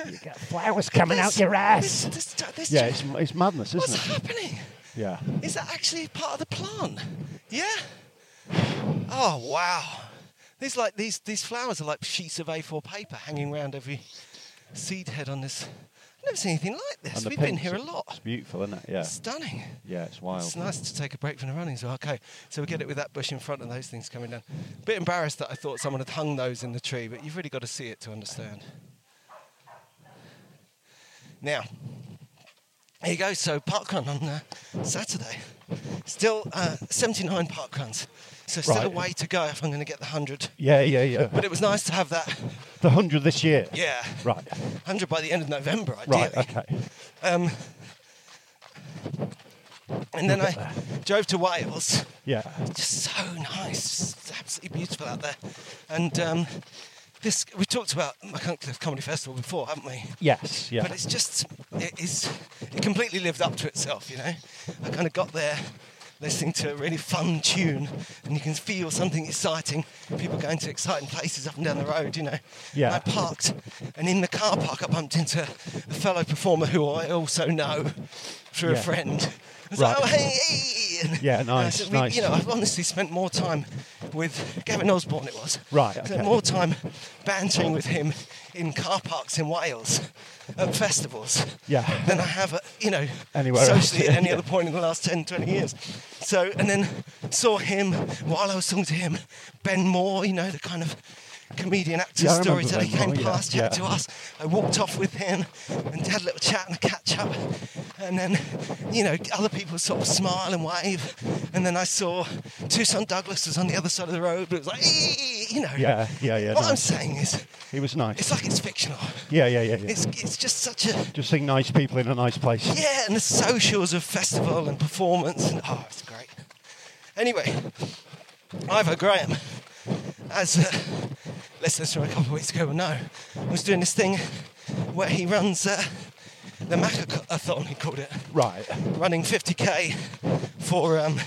[SPEAKER 3] You got flowers coming
[SPEAKER 2] This-
[SPEAKER 3] out your
[SPEAKER 2] This,
[SPEAKER 3] ass.
[SPEAKER 2] this, this
[SPEAKER 3] Yeah, it's, it's madness,
[SPEAKER 2] what's
[SPEAKER 3] isn't it?
[SPEAKER 2] happening?
[SPEAKER 3] Yeah.
[SPEAKER 2] Is that actually part of the plan? Yeah. Oh wow. These like these these flowers are like sheets of A4 paper hanging around every seed head on this. I've never seen anything like this.
[SPEAKER 3] the
[SPEAKER 2] We've been
[SPEAKER 3] pinks
[SPEAKER 2] here a
[SPEAKER 3] are- It's
[SPEAKER 2] lot.
[SPEAKER 3] beautiful, isn't it? Yeah.
[SPEAKER 2] Stunning.
[SPEAKER 3] Yeah, it's wild.
[SPEAKER 2] It's nice to take a break from the running as well. Okay, so we get it with that bush in front and those things coming down. Bit embarrassed that I thought someone had hung those in the tree, but you've really got to see it to understand. Now, There you go. So parkrun on uh, Saturday. Still uh, 79 parkruns. So still a
[SPEAKER 3] Right.
[SPEAKER 2] way to go if I'm going to get the 100.
[SPEAKER 3] Yeah, yeah, yeah.
[SPEAKER 2] But it was nice to have that.
[SPEAKER 3] The 100 this year?
[SPEAKER 2] Yeah.
[SPEAKER 3] Right,
[SPEAKER 2] 100 by the end of November, ideally.
[SPEAKER 3] right, okay.
[SPEAKER 2] Um, and then I drove to Wales.
[SPEAKER 3] Yeah.
[SPEAKER 2] Just so nice, just absolutely beautiful out there. And um, this, we talked about Cliff Comedy Festival before, haven't we?
[SPEAKER 3] Yes, yeah.
[SPEAKER 2] But it's just, it is, it completely lived up to itself, you know? I kind of got there listening to a really fun tune and you can feel something exciting. People going to exciting places up and down the road, you know?
[SPEAKER 3] Yeah.
[SPEAKER 2] And I parked and in the car park I bumped into a fellow performer who I also know through a
[SPEAKER 3] Yeah.
[SPEAKER 2] friend. I was
[SPEAKER 3] Right.
[SPEAKER 2] like, oh, hey, hey. And
[SPEAKER 3] Yeah,
[SPEAKER 2] and
[SPEAKER 3] nice,
[SPEAKER 2] said, "We-
[SPEAKER 3] nice.
[SPEAKER 2] You know, I've honestly spent more time with Gavin Osborne, it was.
[SPEAKER 3] Right,
[SPEAKER 2] Spent
[SPEAKER 3] okay.
[SPEAKER 2] more time bantering with him in car parks in Wales at festivals
[SPEAKER 3] Yeah.
[SPEAKER 2] than I have, at, you know,
[SPEAKER 3] Anywhere else,
[SPEAKER 2] socially
[SPEAKER 3] yeah,
[SPEAKER 2] at any
[SPEAKER 3] yeah.
[SPEAKER 2] other point in the last 10, 20 years. So, and then saw him while I was talking to him, Ben Moore, you know, the kind of comedian, actor,
[SPEAKER 3] Yeah, I remember
[SPEAKER 2] storyteller,
[SPEAKER 3] Ben
[SPEAKER 2] he came
[SPEAKER 3] Moore, yeah,
[SPEAKER 2] past, chatted
[SPEAKER 3] yeah.
[SPEAKER 2] to us. I walked off with him and had a little chat and a catch up. And then, you know, other people sort of smile and wave. And then I saw Tucson Douglas was on the other side of the road, but it was like, "Ee," you know.
[SPEAKER 3] Yeah, yeah, yeah,
[SPEAKER 2] What I'm
[SPEAKER 3] nice.
[SPEAKER 2] saying is,
[SPEAKER 3] It was nice.
[SPEAKER 2] it's like it's fictional.
[SPEAKER 3] yeah, yeah, yeah. yeah.
[SPEAKER 2] It's, it's just such a
[SPEAKER 3] Just seeing nice people in a nice place.
[SPEAKER 2] yeah, and the socials of festival and performance. And, oh, it's great. Anyway, Ivor Graham, as uh, listeners from a couple of weeks ago will know, was doing this thing where he runs uh, the Macathon, he called it,
[SPEAKER 3] Right.
[SPEAKER 2] running 50k for um,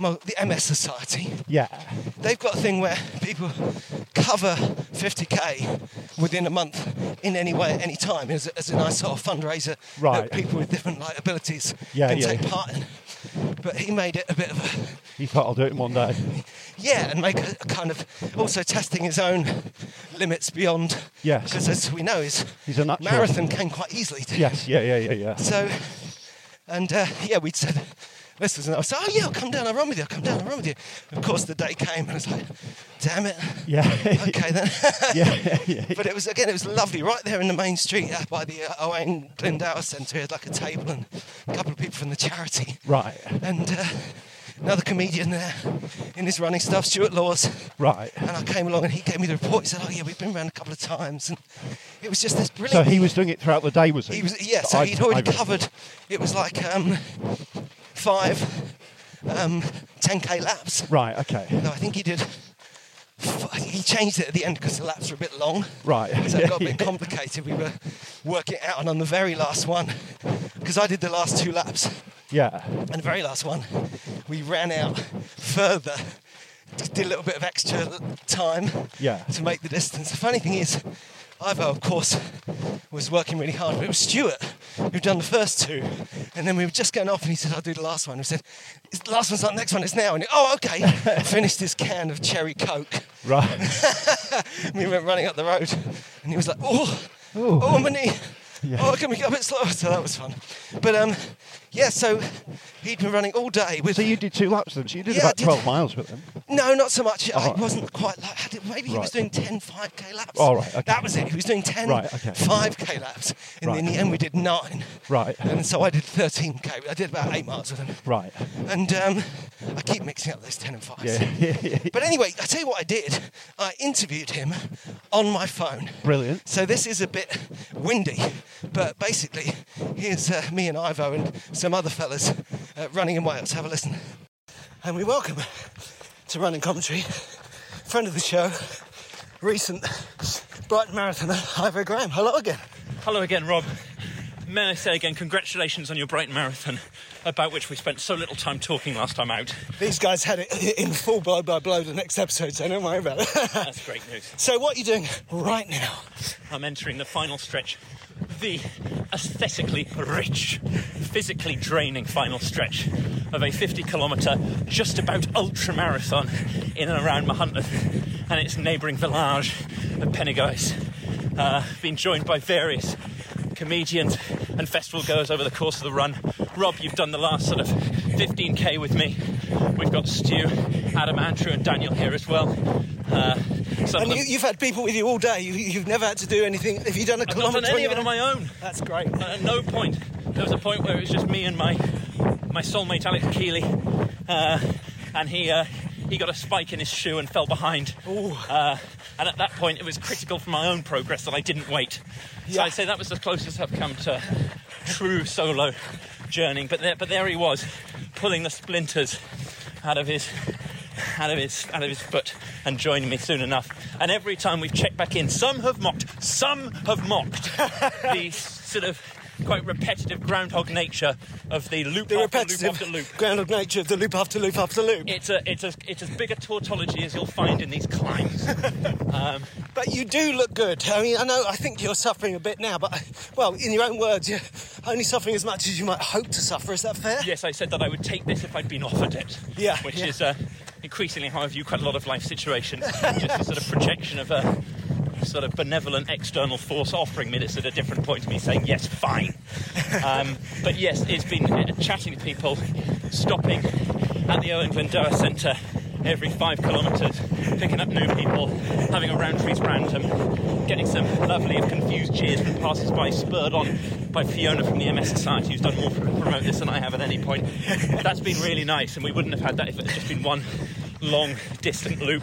[SPEAKER 2] mo- the MS Society.
[SPEAKER 3] Yeah.
[SPEAKER 2] They've got a thing where people cover 50k within a month in any way at any time as a, as a nice sort of fundraiser
[SPEAKER 3] Right.
[SPEAKER 2] that people with different like, abilities
[SPEAKER 3] Yeah,
[SPEAKER 2] can
[SPEAKER 3] yeah,
[SPEAKER 2] take
[SPEAKER 3] yeah.
[SPEAKER 2] part in. But he made it a bit of a
[SPEAKER 3] He thought I'll do it in one day.
[SPEAKER 2] yeah, and make a, a kind of also testing his own limits beyond.
[SPEAKER 3] Yes.
[SPEAKER 2] Because as we know, his
[SPEAKER 3] He's a natural.
[SPEAKER 2] marathon came quite easily. To him.
[SPEAKER 3] Yes, yeah, yeah, yeah, yeah.
[SPEAKER 2] So, and uh, yeah, we'd said, this was, and I was like, oh yeah, I'll come down, I'll run with you, I'll come down, I'll run with you. Of course, the day came and I was like, damn it.
[SPEAKER 3] Yeah.
[SPEAKER 2] Okay then.
[SPEAKER 3] yeah, yeah,
[SPEAKER 2] but it was, again, it was lovely right there in the main street uh, by the uh, Owen Glendower Centre. He had like a table and a couple of people from the charity.
[SPEAKER 3] Right,
[SPEAKER 2] And uh, another comedian there in his running stuff, Stuart Laws.
[SPEAKER 3] right.
[SPEAKER 2] And I came along and he gave me the report. He said, oh yeah, we've been around a couple of times. And it was just this
[SPEAKER 3] So
[SPEAKER 2] brilliant
[SPEAKER 3] he was doing it throughout the day, was he?
[SPEAKER 2] he was yeah. So
[SPEAKER 3] I-
[SPEAKER 2] he'd already
[SPEAKER 3] I-
[SPEAKER 2] covered. It was like um, five um, 10k laps.
[SPEAKER 3] Right, okay.
[SPEAKER 2] No, I think he did. f- He changed it at the end because the laps were a bit long.
[SPEAKER 3] Right.
[SPEAKER 2] So it
[SPEAKER 3] Yeah,
[SPEAKER 2] got a bit
[SPEAKER 3] yeah.
[SPEAKER 2] complicated. We were working it out, and on the very last one, because I did the last two laps,
[SPEAKER 3] Yeah.
[SPEAKER 2] and the very last one, we ran out further, just did a little bit of extra l- time
[SPEAKER 3] Yeah.
[SPEAKER 2] to make the distance. The funny thing is, Ivo, of course, was working really hard, but it was Stuart who'd done the first two, and then we were just going off, and he said, I'll do the last one. We said, "It's- The last one's not the next one, it's now. And he, oh, okay. Finished his can of cherry coke.
[SPEAKER 3] Right.
[SPEAKER 2] And we went running up the road, and he was like, "Oh, oh, my knee! Oh, can we get a bit slower?" So that was fun. But um, yeah, so he'd been running all day with.
[SPEAKER 3] So you did two laps then? So you did
[SPEAKER 2] Yeah, I
[SPEAKER 3] about
[SPEAKER 2] did.
[SPEAKER 3] 12 miles with them?
[SPEAKER 2] no, not so much. I
[SPEAKER 3] Alright.
[SPEAKER 2] wasn't quite like. had it- Maybe he was doing
[SPEAKER 3] Right.
[SPEAKER 2] 10 5k laps.
[SPEAKER 3] Alright, okay.
[SPEAKER 2] That was it. He was doing 10
[SPEAKER 3] Right, okay.
[SPEAKER 2] 5k laps, and
[SPEAKER 3] Right.
[SPEAKER 2] in the end we did nine.
[SPEAKER 3] Right.
[SPEAKER 2] And so I did 13k. I did about eight miles with him.
[SPEAKER 3] Right.
[SPEAKER 2] And um, I keep mixing up those 10 and 5s.
[SPEAKER 3] Yeah.
[SPEAKER 2] But anyway, I tell you what I did. I interviewed him on my phone.
[SPEAKER 3] Brilliant.
[SPEAKER 2] So this is a bit windy, but basically, here's uh, me and Ivo and some other fellas uh, running in Wales. Have a listen. And we welcome to Running Commentary, friend of the show, recent Brighton marathoner Ivo Graham. Hello again.
[SPEAKER 4] Hello again, Rob. May I say again, congratulations on your Brighton Marathon, about which we spent so little time talking last time out.
[SPEAKER 2] These guys had it in full blow by blow the next episode, so don't worry about it.
[SPEAKER 4] That's great news.
[SPEAKER 2] so what are you doing right now?
[SPEAKER 4] I'm entering the final stretch, the aesthetically rich, physically draining final stretch of a 50 kilometre, just about ultra marathon in and around Mahuntleth and its neighbouring village of Peniguise. Uh, being joined by various comedians and festival goers over the course of the run. Rob, you've done the last sort of 15k with me. We've got Stu, Adam Andrew, and Daniel here as well. Uh, Some
[SPEAKER 2] and
[SPEAKER 4] of
[SPEAKER 2] you,
[SPEAKER 4] them.
[SPEAKER 2] you've had people with you all day. You, you've never had to do anything. Have you done a
[SPEAKER 4] I've not
[SPEAKER 2] kilometre?
[SPEAKER 4] done any of
[SPEAKER 2] your
[SPEAKER 4] it on
[SPEAKER 2] own?
[SPEAKER 4] my own.
[SPEAKER 2] That's great.
[SPEAKER 4] And at Uh, no point there was a point where it was just me and my my soulmate Alex Keeley, uh, and he uh, he got a spike in his shoe and fell behind. Uh, and at that point, it was critical for my own progress that I didn't wait. So I'd say that was the closest I've come to true solo journeying. But there, but there he was, pulling the splinters out of his out of his out of his foot and joining me soon enough. And every time we've checked back in, some have mocked, some have mocked the sort of quite repetitive groundhog nature of the loop
[SPEAKER 2] The
[SPEAKER 4] after loop
[SPEAKER 2] repetitive
[SPEAKER 4] after loop.
[SPEAKER 2] ground of nature of the loop after loop after loop.
[SPEAKER 4] It's a, it's a, it's as big a tautology as you'll find in these climbs.
[SPEAKER 2] But you do look good. I mean, I know. I think you're suffering a bit now, but well, in your own words, you're only suffering as much as you might hope to suffer. Is that fair?
[SPEAKER 4] yes, I said that I would take this if I'd been offered it.
[SPEAKER 2] Yeah,
[SPEAKER 4] Which
[SPEAKER 2] yeah.
[SPEAKER 4] is uh, increasingly how I view quite a lot of life situations. just a sort of projection of a sort of benevolent external force offering me this at a different point to me saying, yes, fine. um, but yes, it's been uh, chatting with people, stopping at the Owen Glendower Centre every five kilometres, picking up new people, having a round trees random, getting some lovely and confused cheers from passers-by, spurred on by Fiona from the MS Society, who's done more to promote this than I have at any point. That's been really nice, and we wouldn't have had that if it had just been one long, distant loop.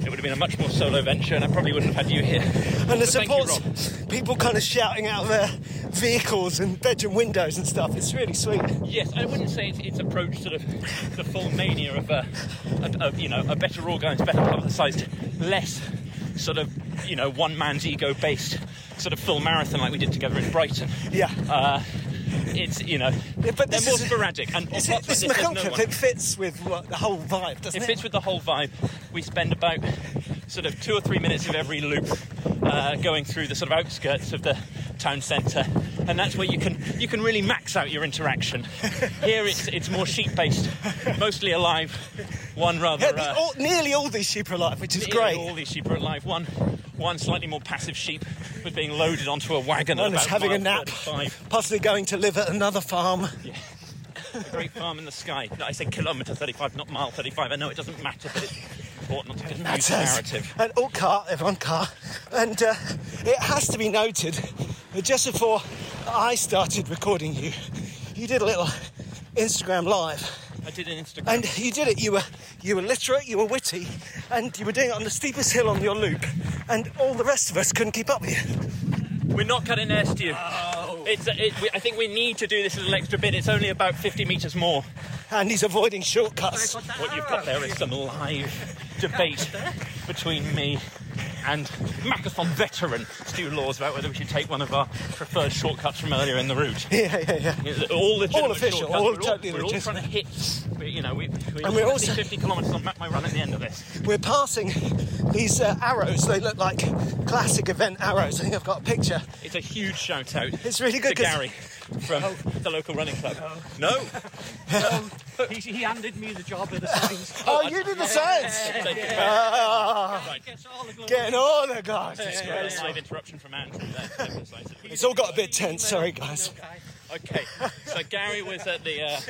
[SPEAKER 4] It would have been a much more solo venture, and I probably wouldn't have had you here.
[SPEAKER 2] And the
[SPEAKER 4] So thank you,
[SPEAKER 2] supports,
[SPEAKER 4] Rob.
[SPEAKER 2] people kind of shouting out of their vehicles and bedroom windows and stuff. It's really sweet.
[SPEAKER 4] Yes, I wouldn't say it's, it's approached sort of the full mania of a, a, of, you know a better organised, better publicised, less sort of you know one man's ego based sort of full marathon like we did together in Brighton.
[SPEAKER 2] Yeah.
[SPEAKER 4] Uh, it's you know
[SPEAKER 2] Yeah, but
[SPEAKER 4] they're
[SPEAKER 2] this
[SPEAKER 4] more
[SPEAKER 2] is-
[SPEAKER 4] sporadic and
[SPEAKER 2] It's, it's,
[SPEAKER 4] apart from
[SPEAKER 2] it's
[SPEAKER 4] this, there's no
[SPEAKER 2] McCullough.
[SPEAKER 4] one.
[SPEAKER 2] it fits with what, the whole vibe, doesn't
[SPEAKER 4] It
[SPEAKER 2] it?
[SPEAKER 4] fits with the whole vibe. We spend about sort of two or three minutes of every loop uh, going through the sort of outskirts of the town centre, and that's where you can you can really max out your interaction. Here it's it's more sheep based, mostly alive. One rather.
[SPEAKER 2] Yeah, the-
[SPEAKER 4] uh,
[SPEAKER 2] all, nearly all these sheep are alive, which is
[SPEAKER 4] nearly
[SPEAKER 2] great.
[SPEAKER 4] All these sheep are alive. One one slightly more passive sheep was being loaded onto a wagon. at
[SPEAKER 2] One is
[SPEAKER 4] about
[SPEAKER 2] having a
[SPEAKER 4] mile
[SPEAKER 2] nap,
[SPEAKER 4] 35.
[SPEAKER 2] possibly going to live at another farm.
[SPEAKER 4] The great farm in the sky. No, I said kilometre 35, not mile 35. I know it doesn't matter, but it's important not to confuse the narrative.
[SPEAKER 2] And all car, everyone car. And uh, it has to be noted that just before I started recording you, you did a little Instagram live.
[SPEAKER 4] I did an Instagram.
[SPEAKER 2] And you did it. You were you were literate, you were witty, and you were doing it on the steepest hill on your loop. And all the rest of us couldn't keep up with you.
[SPEAKER 4] We're not cutting air to you.
[SPEAKER 2] Oh.
[SPEAKER 4] It's, uh, it, we, I think we need to do this a little extra bit. It's only about 50 metres more.
[SPEAKER 2] And he's avoiding shortcuts.
[SPEAKER 4] What you've got there is some live debate between me and Marathon veteran Stu Laws about whether we should take one of our preferred shortcuts from earlier in the route.
[SPEAKER 2] Yeah, yeah, yeah.
[SPEAKER 4] All legitimate
[SPEAKER 2] official,
[SPEAKER 4] shortcuts.
[SPEAKER 2] all
[SPEAKER 4] we're
[SPEAKER 2] totally
[SPEAKER 4] all, we're all
[SPEAKER 2] legitimate.
[SPEAKER 4] trying to hit. We, you know, we, we
[SPEAKER 2] And we're
[SPEAKER 4] wanna see
[SPEAKER 2] also-
[SPEAKER 4] 50 kilometres on Map My Run at the end of this.
[SPEAKER 2] We're passing these uh, arrows. They look like classic event arrows. I think I've got a picture.
[SPEAKER 4] It's a huge shout out.
[SPEAKER 2] It's really good
[SPEAKER 4] to
[SPEAKER 2] 'cause- Oh.
[SPEAKER 4] Gary from the local running club. No,
[SPEAKER 5] He, he handed me the job of the signs.
[SPEAKER 2] Oh, you did the science.
[SPEAKER 4] Thank you.
[SPEAKER 5] Gets all the glory.
[SPEAKER 2] Getting Ah. all the guys. It's
[SPEAKER 4] Yeah,
[SPEAKER 2] great.
[SPEAKER 4] live interruption from Andrew. there. Emphasise it.
[SPEAKER 2] It's all got a bit tense. Sorry, guys.
[SPEAKER 4] Okay, so Gary was at the uh,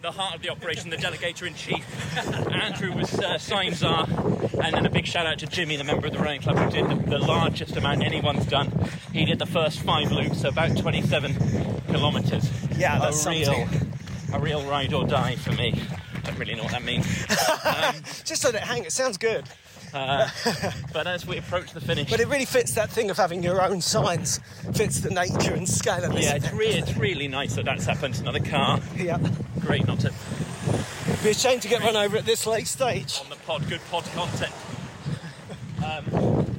[SPEAKER 4] the heart of the operation, the delegator in chief. Andrew was uh, sign czar, and then a big shout out to Jimmy, the member of the running club, who did the, the largest amount anyone's done. He did the first five loops, so about 27 kilometres.
[SPEAKER 2] Yeah, that's
[SPEAKER 4] a real
[SPEAKER 2] something.
[SPEAKER 4] a real ride or die for me. I don't really know what that means.
[SPEAKER 2] Just let it hang. It sounds good.
[SPEAKER 4] But as we approach the finish,
[SPEAKER 2] But it really fits that thing of having your own signs. Fits the nature and scale of this.
[SPEAKER 4] yeah, it's, re- it's really nice that that's happened. Another car.
[SPEAKER 2] Yeah.
[SPEAKER 4] Great not to
[SPEAKER 2] Be ashamed to get run over at this late stage.
[SPEAKER 4] on the pod. Good pod content. Um,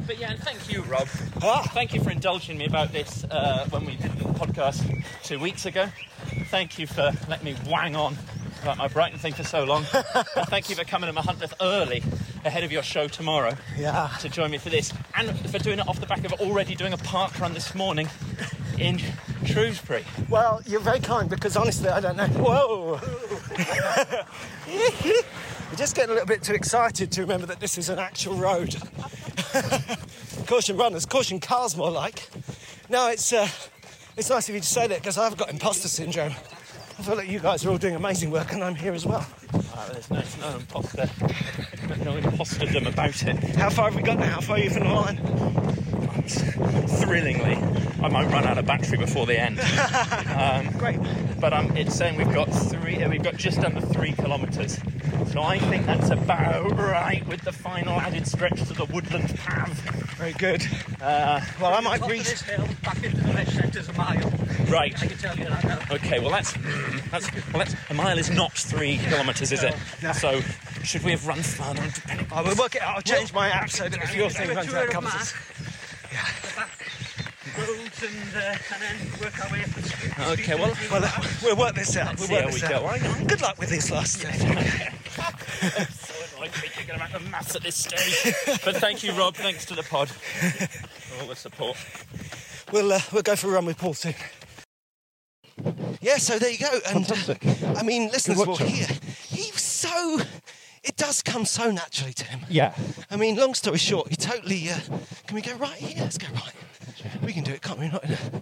[SPEAKER 4] but yeah, and thank you, Rob.
[SPEAKER 2] Ah.
[SPEAKER 4] Thank you for indulging me about this uh, when we did the podcast two weeks ago. Thank you for letting me wang on about my Brighton thing for so long. and thank you for coming to my Huntworth early ahead of your show tomorrow
[SPEAKER 2] Yeah.
[SPEAKER 4] to join me for this and for doing it off the back of already doing a park run this morning in Shrewsbury.
[SPEAKER 2] Well, you're very kind because honestly, I don't know. Whoa! We're just getting a little bit too excited to remember that this is an actual road. caution runners, caution cars, more like. No, it's uh, it's nice of you to say that because I've got imposter syndrome. I feel like you guys are all doing amazing work and I'm here as well.
[SPEAKER 4] Uh, there's no, no imposter No imposterdom about it.
[SPEAKER 2] How far have we got now? How far are you from the line?
[SPEAKER 4] Thrillingly, I might run out of battery before the end.
[SPEAKER 2] Great.
[SPEAKER 4] but um, it's saying we've got three. uh, We've got just under three kilometres. So I think that's about right with the final added stretch to the woodland path.
[SPEAKER 2] Very good. well, I might
[SPEAKER 5] Top
[SPEAKER 2] breathe.
[SPEAKER 5] of this hill, back into the village centre's a mile.
[SPEAKER 4] Right.
[SPEAKER 5] I can tell you that now.
[SPEAKER 4] Okay. Well, that's that's well, that's a mile is not three kilometres, is it? So should we have run further? into Penny-
[SPEAKER 2] I will work it out. I'll change my app so that if your thing
[SPEAKER 5] Do a
[SPEAKER 2] runs
[SPEAKER 5] tour
[SPEAKER 2] out, it
[SPEAKER 5] of
[SPEAKER 2] comes.
[SPEAKER 5] Mar-
[SPEAKER 2] as-
[SPEAKER 5] the back roads and, uh, and then work our way up the street.
[SPEAKER 4] Okay. Well,
[SPEAKER 2] Well, uh, we'll work this out.
[SPEAKER 4] Let's
[SPEAKER 2] We'll work
[SPEAKER 4] see
[SPEAKER 2] this
[SPEAKER 4] how
[SPEAKER 2] out.
[SPEAKER 4] we go.
[SPEAKER 2] Good luck with this last step.
[SPEAKER 4] so annoyed to be thinking about the maths at this stage. but thank you, Rob. Thanks to the pod. for All the support.
[SPEAKER 2] We'll uh, we'll go for a run with Paul soon. Yeah, so there you go. And uh,
[SPEAKER 3] Fantastic.
[SPEAKER 2] I mean, listeners
[SPEAKER 3] luck
[SPEAKER 2] will
[SPEAKER 3] to him.
[SPEAKER 2] hear. He was so. It does come so naturally to him.
[SPEAKER 3] Yeah.
[SPEAKER 2] I mean, long story short, he totally. Uh, can we go right here? Let's go right. We can do it, can't we? Not in a-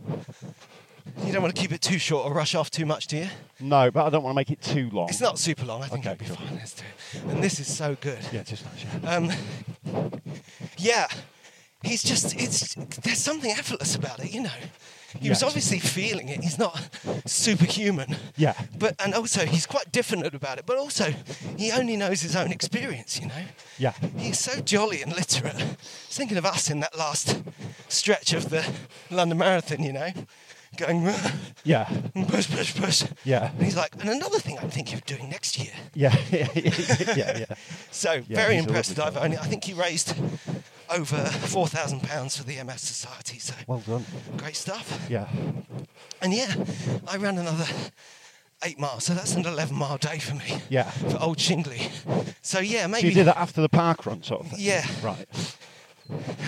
[SPEAKER 2] you don't want to keep it too short or rush off too much, do you?
[SPEAKER 3] No, but I don't want to make it too long.
[SPEAKER 2] It's not super long. I think
[SPEAKER 3] Okay,
[SPEAKER 2] it'll be
[SPEAKER 3] cool.
[SPEAKER 2] fine. Let's do it. And this is so good.
[SPEAKER 3] Yeah, it's just nice. Yeah.
[SPEAKER 2] Um, yeah, he's just, it's, there's something effortless about it, you know. He was
[SPEAKER 3] Yes.
[SPEAKER 2] obviously feeling it. He's not superhuman.
[SPEAKER 3] Yeah.
[SPEAKER 2] But, and also, he's quite diffident about it. But also, he only knows his own experience, you know.
[SPEAKER 3] Yeah.
[SPEAKER 2] He's so jolly and literate. I was thinking of us in that last stretch of the London Marathon, you know, going,
[SPEAKER 3] Yeah.
[SPEAKER 2] push, push, push.
[SPEAKER 3] Yeah.
[SPEAKER 2] And he's like, and another thing I'm thinking of doing next year.
[SPEAKER 3] Yeah. yeah. Yeah. Yeah.
[SPEAKER 2] So very
[SPEAKER 3] he's a
[SPEAKER 2] impressed.
[SPEAKER 3] lovely
[SPEAKER 2] I've only, I think he raised over four thousand pounds for the MS Society. So
[SPEAKER 3] Well done.
[SPEAKER 2] great stuff.
[SPEAKER 3] Yeah.
[SPEAKER 2] And yeah, I ran another eight miles. So that's an eleven mile day for me.
[SPEAKER 3] Yeah.
[SPEAKER 2] For old Shingley. So yeah,
[SPEAKER 3] So
[SPEAKER 2] maybe.
[SPEAKER 3] you did that after the park run, sort of thing?
[SPEAKER 2] Yeah.
[SPEAKER 3] Right.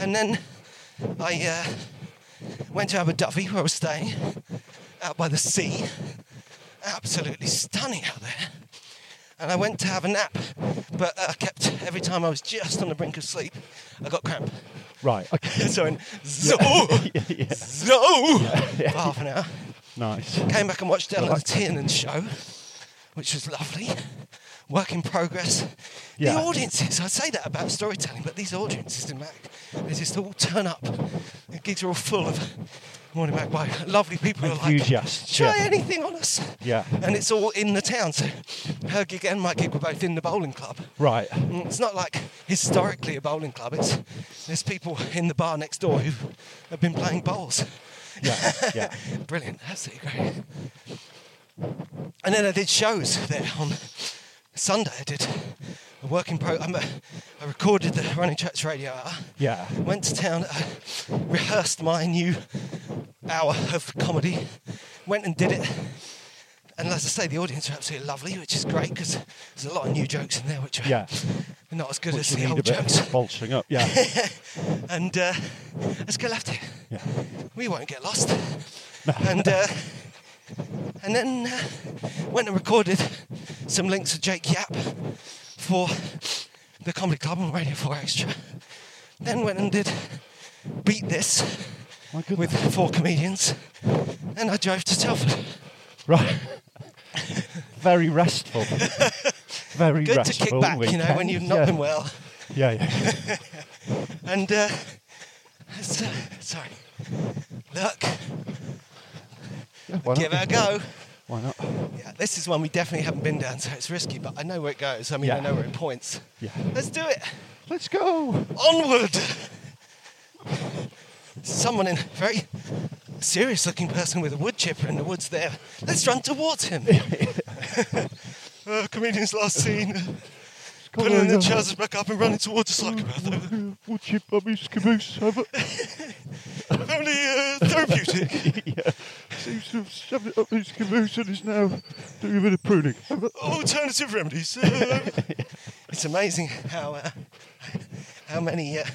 [SPEAKER 2] And then I uh, went to Abu Dhabi where I was staying, out by the sea. Absolutely stunning out there. And I went to have a nap, but uh, I kept every time I was just on the brink of sleep, I got cramp.
[SPEAKER 3] Right. Okay.
[SPEAKER 2] so in zo, zo, for half an hour.
[SPEAKER 3] Nice.
[SPEAKER 2] Came back and watched Ellen Tiernan's show, which was lovely. Work in progress.
[SPEAKER 3] Yeah.
[SPEAKER 2] The audiences, I say that about storytelling, but these audiences in Mac, they just all turn up. The gigs are all full of Morning Mac by lovely people who are
[SPEAKER 3] Enthusiasts,
[SPEAKER 2] like, try
[SPEAKER 3] yeah.
[SPEAKER 2] anything on us.
[SPEAKER 3] Yeah.
[SPEAKER 2] And it's all in the town. So her gig and my gig were both in the bowling club.
[SPEAKER 3] Right.
[SPEAKER 2] Mm, It's not like historically a bowling club. It's there's people in the bar next door who have been playing bowls.
[SPEAKER 3] Yeah. Yeah.
[SPEAKER 2] Brilliant, absolutely great. And then I did shows there on Sunday. I did a working pro. I'm a, I recorded the Running Church Radio Hour.
[SPEAKER 3] Yeah.
[SPEAKER 2] Went to town. I rehearsed my new hour of comedy. Went and did it. And as I say, the audience are absolutely lovely, which is great because there's a lot of new jokes in there, which are
[SPEAKER 3] Yeah.
[SPEAKER 2] not as good as
[SPEAKER 3] Which you
[SPEAKER 2] the
[SPEAKER 3] need
[SPEAKER 2] old
[SPEAKER 3] a bit
[SPEAKER 2] jokes.
[SPEAKER 3] of bolstering up. Yeah.
[SPEAKER 2] And uh, let's go left here.
[SPEAKER 3] Yeah.
[SPEAKER 2] We won't get lost. and uh, and then uh, went and recorded some links with Jake Yap for the Comedy Club on Radio 4 Extra. Then went and did Beat This
[SPEAKER 3] My goodness.
[SPEAKER 2] with four comedians. Then I drove to Telford.
[SPEAKER 3] Right. Very restful. Very
[SPEAKER 2] Good to kick
[SPEAKER 3] restful.
[SPEAKER 2] back, you know, when
[SPEAKER 3] weekend.
[SPEAKER 2] you've not
[SPEAKER 3] eh? yeah.
[SPEAKER 2] been well.
[SPEAKER 3] Yeah, yeah.
[SPEAKER 2] And uh, so, sorry. Look,
[SPEAKER 3] yeah why
[SPEAKER 2] give it
[SPEAKER 3] not?
[SPEAKER 2] a go.
[SPEAKER 3] Why not?
[SPEAKER 2] Yeah, this is one we definitely haven't been down, so it's risky, but I know where it goes. I mean, I
[SPEAKER 3] Yeah.
[SPEAKER 2] know where it points.
[SPEAKER 3] Yeah.
[SPEAKER 2] Let's do it.
[SPEAKER 3] Let's go.
[SPEAKER 2] Onward. Someone in very serious looking person with a wood chipper in the woods there. Let's run towards him. uh, comedian's last scene. Putting in the trousers back up and running towards us like a brother.
[SPEAKER 3] Watch it, bubbies, caboose. Have it.
[SPEAKER 2] Only uh, therapeutic.
[SPEAKER 3] yeah. Seems to have shoved it up his caboose and is now doing a bit of pruning. Have it.
[SPEAKER 2] Alternative remedies. Uh, it's amazing how uh, how many uh,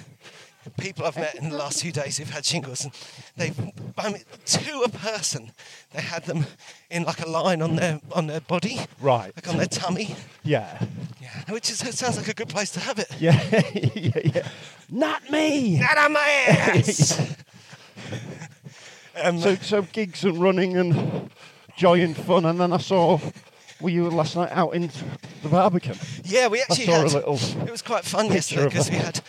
[SPEAKER 2] people I've met in the last few days who've had shingles, and they've I mean, to a person, they had them in like a line on their on their body,
[SPEAKER 3] Right.
[SPEAKER 2] like on their tummy,
[SPEAKER 3] Yeah.
[SPEAKER 2] yeah, which is, that sounds like a good place to have it.
[SPEAKER 3] Yeah. yeah, yeah. Not me.
[SPEAKER 2] Get on my ass! um,
[SPEAKER 3] So, so gigs and running and joy and fun, and then I saw Were you last night out in the Barbican?
[SPEAKER 2] Yeah, we actually
[SPEAKER 3] saw oh. a
[SPEAKER 2] had.
[SPEAKER 3] little
[SPEAKER 2] it was quite fun
[SPEAKER 3] picture
[SPEAKER 2] yesterday
[SPEAKER 3] of
[SPEAKER 2] because
[SPEAKER 3] a-
[SPEAKER 2] we had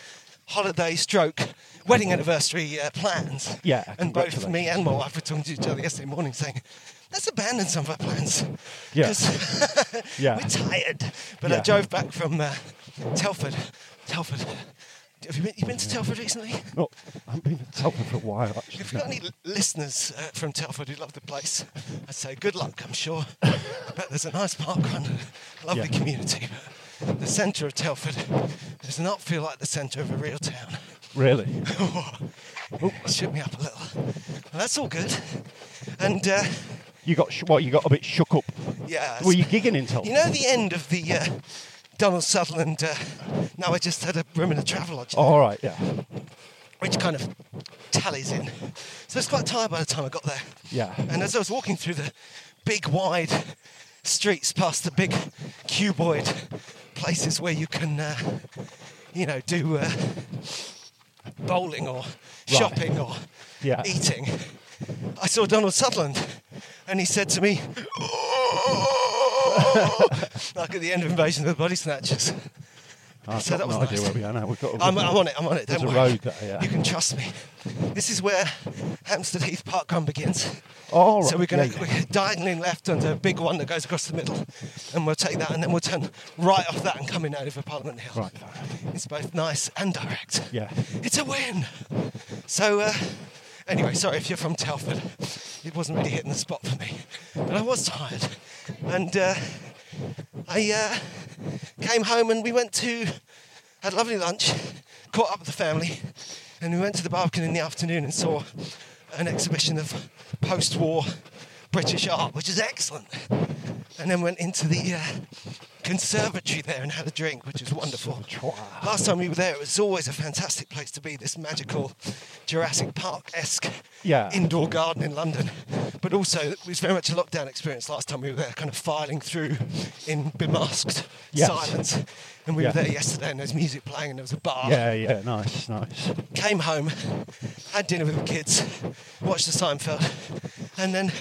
[SPEAKER 2] holiday stroke wedding anniversary uh, plans.
[SPEAKER 3] Yeah,
[SPEAKER 2] and both me
[SPEAKER 3] congratulations.
[SPEAKER 2] and my wife were talking to each other yesterday morning, saying, "Let's abandon some of our plans."
[SPEAKER 3] Yeah.
[SPEAKER 2] 'Cause
[SPEAKER 3] Yeah.
[SPEAKER 2] we're tired. But I
[SPEAKER 3] Yeah.
[SPEAKER 2] drove back from uh, Telford. Telford. Have you been, you been to Telford recently?
[SPEAKER 3] No, I haven't been to Telford for a while actually.
[SPEAKER 2] If you've got
[SPEAKER 3] no.
[SPEAKER 2] any l- listeners uh, from Telford who love the place, I'd say good luck, I'm sure. I bet there's a nice park run, a lovely
[SPEAKER 3] Yeah.
[SPEAKER 2] community. But the centre of Telford does not feel like the centre of a real town.
[SPEAKER 3] Really?
[SPEAKER 2] Oh, it shook me up a little. Well, that's all good. And uh,
[SPEAKER 3] You got sh- what? You got a bit shook up.
[SPEAKER 2] yeah,
[SPEAKER 3] Were you gigging in Telford?
[SPEAKER 2] you know the end of the uh, Donald Sutherland. Uh, no, I just had a room in a travelogue.
[SPEAKER 3] Oh, all right, yeah,
[SPEAKER 2] which kind of tallies in. So I was quite tired by the time I got there.
[SPEAKER 3] Yeah.
[SPEAKER 2] And as I was walking through the big wide streets past the big cuboid places where you can, uh, you know, do uh, bowling or shopping or
[SPEAKER 3] Yeah.
[SPEAKER 2] eating, I saw Donald Sutherland and he said to me, "Oh!" like at the end of Invasion of the Body Snatchers.
[SPEAKER 3] I've
[SPEAKER 2] So
[SPEAKER 3] got
[SPEAKER 2] that was
[SPEAKER 3] no idea
[SPEAKER 2] nice.
[SPEAKER 3] where we are now. We've got. A
[SPEAKER 2] I'm, I'm on it. I'm on it.
[SPEAKER 3] There's
[SPEAKER 2] Don't
[SPEAKER 3] a
[SPEAKER 2] worry.
[SPEAKER 3] road there, yeah.
[SPEAKER 2] You can trust me. This is where Hampstead Heath Park Run begins.
[SPEAKER 3] All right.
[SPEAKER 2] So we're going to
[SPEAKER 3] yeah, yeah.
[SPEAKER 2] we're diagonally left onto a big one that goes across the middle, and we'll take that, and then we'll turn right off that and come in over Parliament Hill.
[SPEAKER 3] Right.
[SPEAKER 2] It's both nice and direct.
[SPEAKER 3] Yeah.
[SPEAKER 2] It's a win. So uh, anyway, sorry if you're from Telford, it wasn't really hitting the spot for me, but I was tired, and uh, I uh, came home and we went to had a lovely lunch, caught up with the family, and we went to the Barbican in the afternoon and saw an exhibition of post-war British art, which is excellent. And then went into the uh, conservatory there and had a drink, which was wonderful. Last time we were there, it was always a fantastic place to be. This magical Jurassic Park-esque
[SPEAKER 3] Yeah.
[SPEAKER 2] indoor garden in London, but also it was very much a lockdown experience. Last time we were there, kind of filing through in bemasked
[SPEAKER 3] Yes.
[SPEAKER 2] silence, and we
[SPEAKER 3] Yeah.
[SPEAKER 2] were there yesterday, and there was music playing, and there was a bar.
[SPEAKER 3] Yeah, yeah, nice, nice.
[SPEAKER 2] Came home, had dinner with the kids, watched the Seinfeld, and then,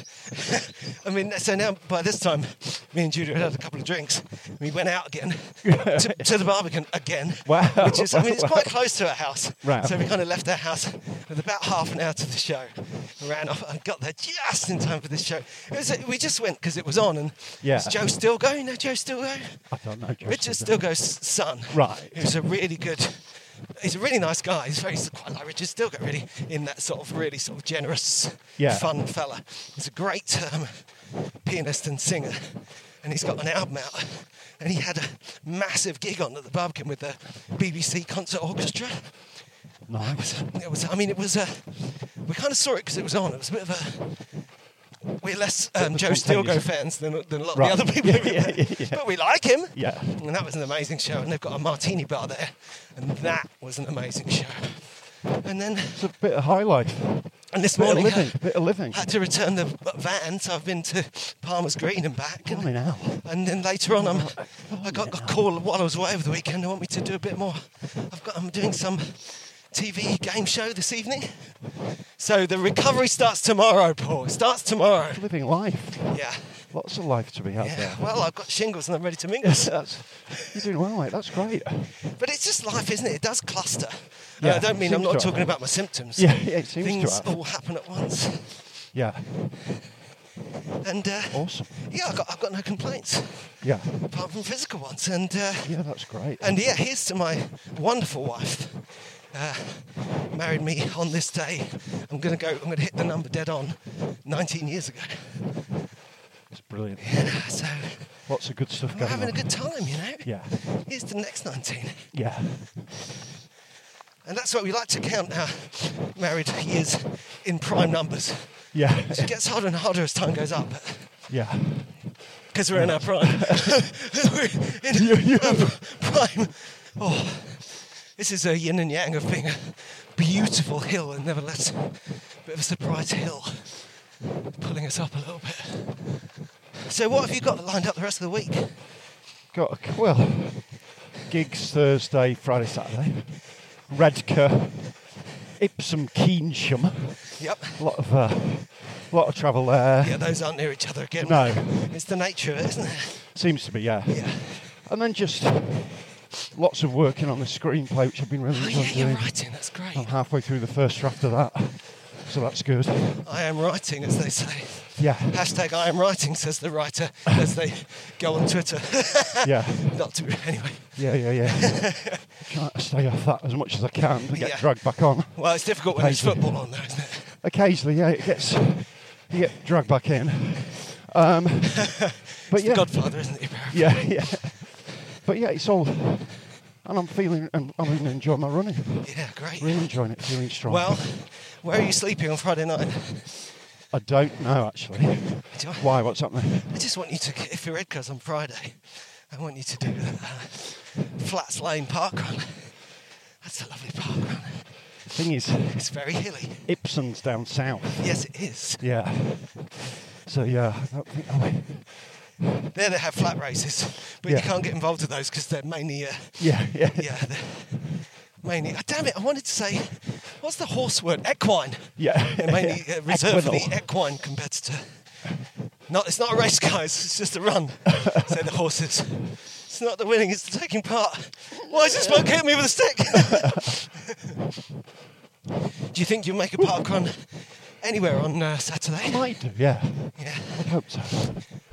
[SPEAKER 2] I mean, so now by this time, me and Judy had had a couple of drinks. We went out again to, to the Barbican again,
[SPEAKER 3] Wow.
[SPEAKER 2] which is, I mean, it's quite close to our house.
[SPEAKER 3] Right.
[SPEAKER 2] So we kind of left our house with about half an hour to the show, ran off and got there just in time for this show. It was, we just went because it was on, and
[SPEAKER 3] Yeah.
[SPEAKER 2] is Joe still going? No, Joe still going.
[SPEAKER 3] I don't know. Josh,
[SPEAKER 2] Richard
[SPEAKER 3] is it?
[SPEAKER 2] Stilgoe's son.
[SPEAKER 3] Right.
[SPEAKER 2] Who's a really good. He's a really nice guy. He's very he's quite like Richard Stilgoe, really, in that sort of really sort of generous,
[SPEAKER 3] Yeah.
[SPEAKER 2] fun fella. He's a great um, pianist and singer, and he's got an album out. And he had a massive gig on at the Barbican with the BBC Concert Orchestra.
[SPEAKER 3] Nice.
[SPEAKER 2] It was, I mean, it was. Uh, we kind of saw it because it was on. It was a bit of a. We're less um, Joe Stilgoe
[SPEAKER 3] spontaneous.
[SPEAKER 2] fans than, than a lot
[SPEAKER 3] Right.
[SPEAKER 2] of the other people,
[SPEAKER 3] Yeah,
[SPEAKER 2] who were
[SPEAKER 3] yeah,
[SPEAKER 2] there.
[SPEAKER 3] yeah, yeah.
[SPEAKER 2] but we like him.
[SPEAKER 3] Yeah.
[SPEAKER 2] And that was an amazing show, and they've got a martini bar there, and that was an amazing show. And then,
[SPEAKER 3] It's a bit of high life.
[SPEAKER 2] and this
[SPEAKER 3] Bit of
[SPEAKER 2] morning,
[SPEAKER 3] living. Bit of living.
[SPEAKER 2] I had to return the van, so I've been to Palmer's Green and back. And,
[SPEAKER 3] Blimey now.
[SPEAKER 2] and then later on, I'm, I got a call while I was away over the weekend. They want me to do a bit more. I've got, I'm doing some TV game show this evening. So the recovery starts tomorrow, Paul. It starts tomorrow.
[SPEAKER 3] Living life.
[SPEAKER 2] Yeah.
[SPEAKER 3] Lots of life to be had
[SPEAKER 2] Yeah.
[SPEAKER 3] there.
[SPEAKER 2] Well, I've got shingles and I'm ready to mingle.
[SPEAKER 3] That's, you're doing well, mate. That's great.
[SPEAKER 2] But it's just life, isn't it? It does cluster. And
[SPEAKER 3] Yeah,
[SPEAKER 2] I don't mean
[SPEAKER 3] it
[SPEAKER 2] I'm
[SPEAKER 3] seems
[SPEAKER 2] not
[SPEAKER 3] to
[SPEAKER 2] talking
[SPEAKER 3] have.
[SPEAKER 2] about my symptoms.
[SPEAKER 3] Yeah, yeah, it seems to
[SPEAKER 2] Things
[SPEAKER 3] have.
[SPEAKER 2] all happen at once.
[SPEAKER 3] Yeah.
[SPEAKER 2] And uh,
[SPEAKER 3] Awesome.
[SPEAKER 2] yeah, I've got, I've got no complaints
[SPEAKER 3] Yeah.
[SPEAKER 2] apart from physical ones. And uh,
[SPEAKER 3] Yeah, that's great.
[SPEAKER 2] and yeah, here's to my wonderful wife. Uh, married me on this day. I'm gonna go. I'm gonna hit the number dead on. 19 years ago.
[SPEAKER 3] it's brilliant.
[SPEAKER 2] So
[SPEAKER 3] Lots of good stuff
[SPEAKER 2] we're
[SPEAKER 3] going
[SPEAKER 2] having
[SPEAKER 3] on.
[SPEAKER 2] a good time, you know.
[SPEAKER 3] Yeah.
[SPEAKER 2] Here's to the next 19.
[SPEAKER 3] Yeah.
[SPEAKER 2] And that's what we like to count our married years in prime numbers.
[SPEAKER 3] Yeah.
[SPEAKER 2] It gets harder and harder as time goes up
[SPEAKER 3] Yeah.
[SPEAKER 2] because we're in our prime. we're in our prime. Oh, this is a yin and yang of being a beautiful hill and nevertheless a bit of a surprise hill pulling us up a little bit. So, what have you got lined up the rest of the week?
[SPEAKER 3] Got a, well, gigs Thursday, Friday, Saturday. Redcar, Ipsum, Keynsham.
[SPEAKER 2] Yep.
[SPEAKER 3] A lot of uh, A lot of travel there.
[SPEAKER 2] Yeah, those aren't near each other again.
[SPEAKER 3] No.
[SPEAKER 2] It's the nature of it, isn't it?
[SPEAKER 3] Seems to be, yeah.
[SPEAKER 2] Yeah.
[SPEAKER 3] And then just lots of working on the screenplay, which I've been really
[SPEAKER 2] Oh,
[SPEAKER 3] enjoying
[SPEAKER 2] yeah, you're
[SPEAKER 3] doing.
[SPEAKER 2] writing. That's great.
[SPEAKER 3] I'm halfway through the first draft of that, so that's good.
[SPEAKER 2] I am writing, as they say.
[SPEAKER 3] Yeah,
[SPEAKER 2] Hashtag I am writing, says the writer as they go on Twitter.
[SPEAKER 3] yeah,
[SPEAKER 2] Not to, anyway.
[SPEAKER 3] yeah, yeah, yeah. Try to stay off that as much as I can to get
[SPEAKER 2] Yeah.
[SPEAKER 3] dragged back on.
[SPEAKER 2] Well, it's difficult when there's
[SPEAKER 3] Thank you.
[SPEAKER 2] football on, though, isn't it?
[SPEAKER 3] Occasionally, yeah, it gets you get dragged back in. Um, but
[SPEAKER 2] It's
[SPEAKER 3] yeah,
[SPEAKER 2] the Godfather, isn't it? your paraphrase?
[SPEAKER 3] yeah, yeah. But yeah, it's all, and I'm feeling, and I'm even enjoying my running.
[SPEAKER 2] Yeah, great.
[SPEAKER 3] Really enjoying it, feeling strong.
[SPEAKER 2] Well, where are you sleeping on Friday night?
[SPEAKER 3] I don't know actually.
[SPEAKER 2] Do I-
[SPEAKER 3] Why? What's happening?
[SPEAKER 2] I just want you to, if you're Edgar's on Friday, I want you to do the uh, Flats Lane Park Run. That's a lovely park run.
[SPEAKER 3] Thing is,
[SPEAKER 2] It's very hilly.
[SPEAKER 3] Ipsum's down south.
[SPEAKER 2] Yes, it is.
[SPEAKER 3] Yeah. So yeah, I don't think. Oh, wait.
[SPEAKER 2] There they have flat races, but
[SPEAKER 3] Yeah.
[SPEAKER 2] you can't get involved with those because they're mainly, uh,
[SPEAKER 3] yeah, yeah,
[SPEAKER 2] yeah, they're mainly. Oh, damn it! I wanted to say, what's the horse word? Equine.
[SPEAKER 3] yeah.
[SPEAKER 2] They're mainly uh, reserved for the
[SPEAKER 3] Equinol.
[SPEAKER 2] equine competitor. Not, it's not a race, guys. It's just a run. say the horses. It's not the winning; it's the taking part. Why is this bloke hitting me with a stick? Do you think you'll make a park run anywhere on uh, Saturday?
[SPEAKER 3] Might do. Yeah.
[SPEAKER 2] Yeah,
[SPEAKER 3] I hope so.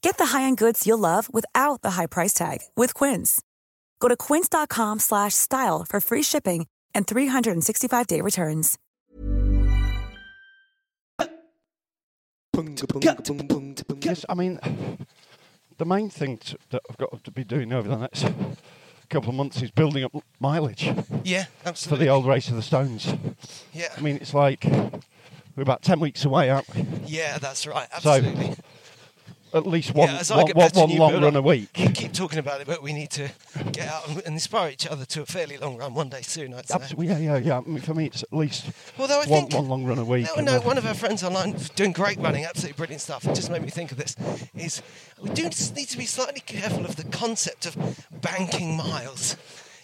[SPEAKER 6] Get the high-end goods you'll love without the high price tag with Quince. Go to quince.com/style slash style for free shipping and 365-day returns.
[SPEAKER 3] Yes, I mean, the main thing to, that I've got to be doing over the next couple of months is building up mileage
[SPEAKER 2] Yeah,
[SPEAKER 3] for the
[SPEAKER 2] absolutely.
[SPEAKER 3] old race of the stones.
[SPEAKER 2] yeah,
[SPEAKER 3] I mean, it's like we're about ten weeks away, aren't we?
[SPEAKER 2] yeah, that's right.
[SPEAKER 3] So-
[SPEAKER 2] Absolutely.
[SPEAKER 3] At least one,
[SPEAKER 2] as I
[SPEAKER 3] one,
[SPEAKER 2] get
[SPEAKER 3] one,
[SPEAKER 2] better,
[SPEAKER 3] one
[SPEAKER 2] you
[SPEAKER 3] long
[SPEAKER 2] build
[SPEAKER 3] run a
[SPEAKER 2] up.
[SPEAKER 3] week.
[SPEAKER 2] we keep talking about it, but we need to get out and inspire each other to a fairly long run one day soon. I'd say.
[SPEAKER 3] Absolutely, yeah, yeah, yeah. I mean, for me, it's at least
[SPEAKER 2] Although I
[SPEAKER 3] one,
[SPEAKER 2] think-
[SPEAKER 3] one long run a week.
[SPEAKER 2] No,
[SPEAKER 3] and uh,
[SPEAKER 2] no,
[SPEAKER 3] then-
[SPEAKER 2] one of our friends online doing great running, absolutely brilliant stuff. It just made me think of this. Is we do just need to be slightly careful of the concept of banking miles.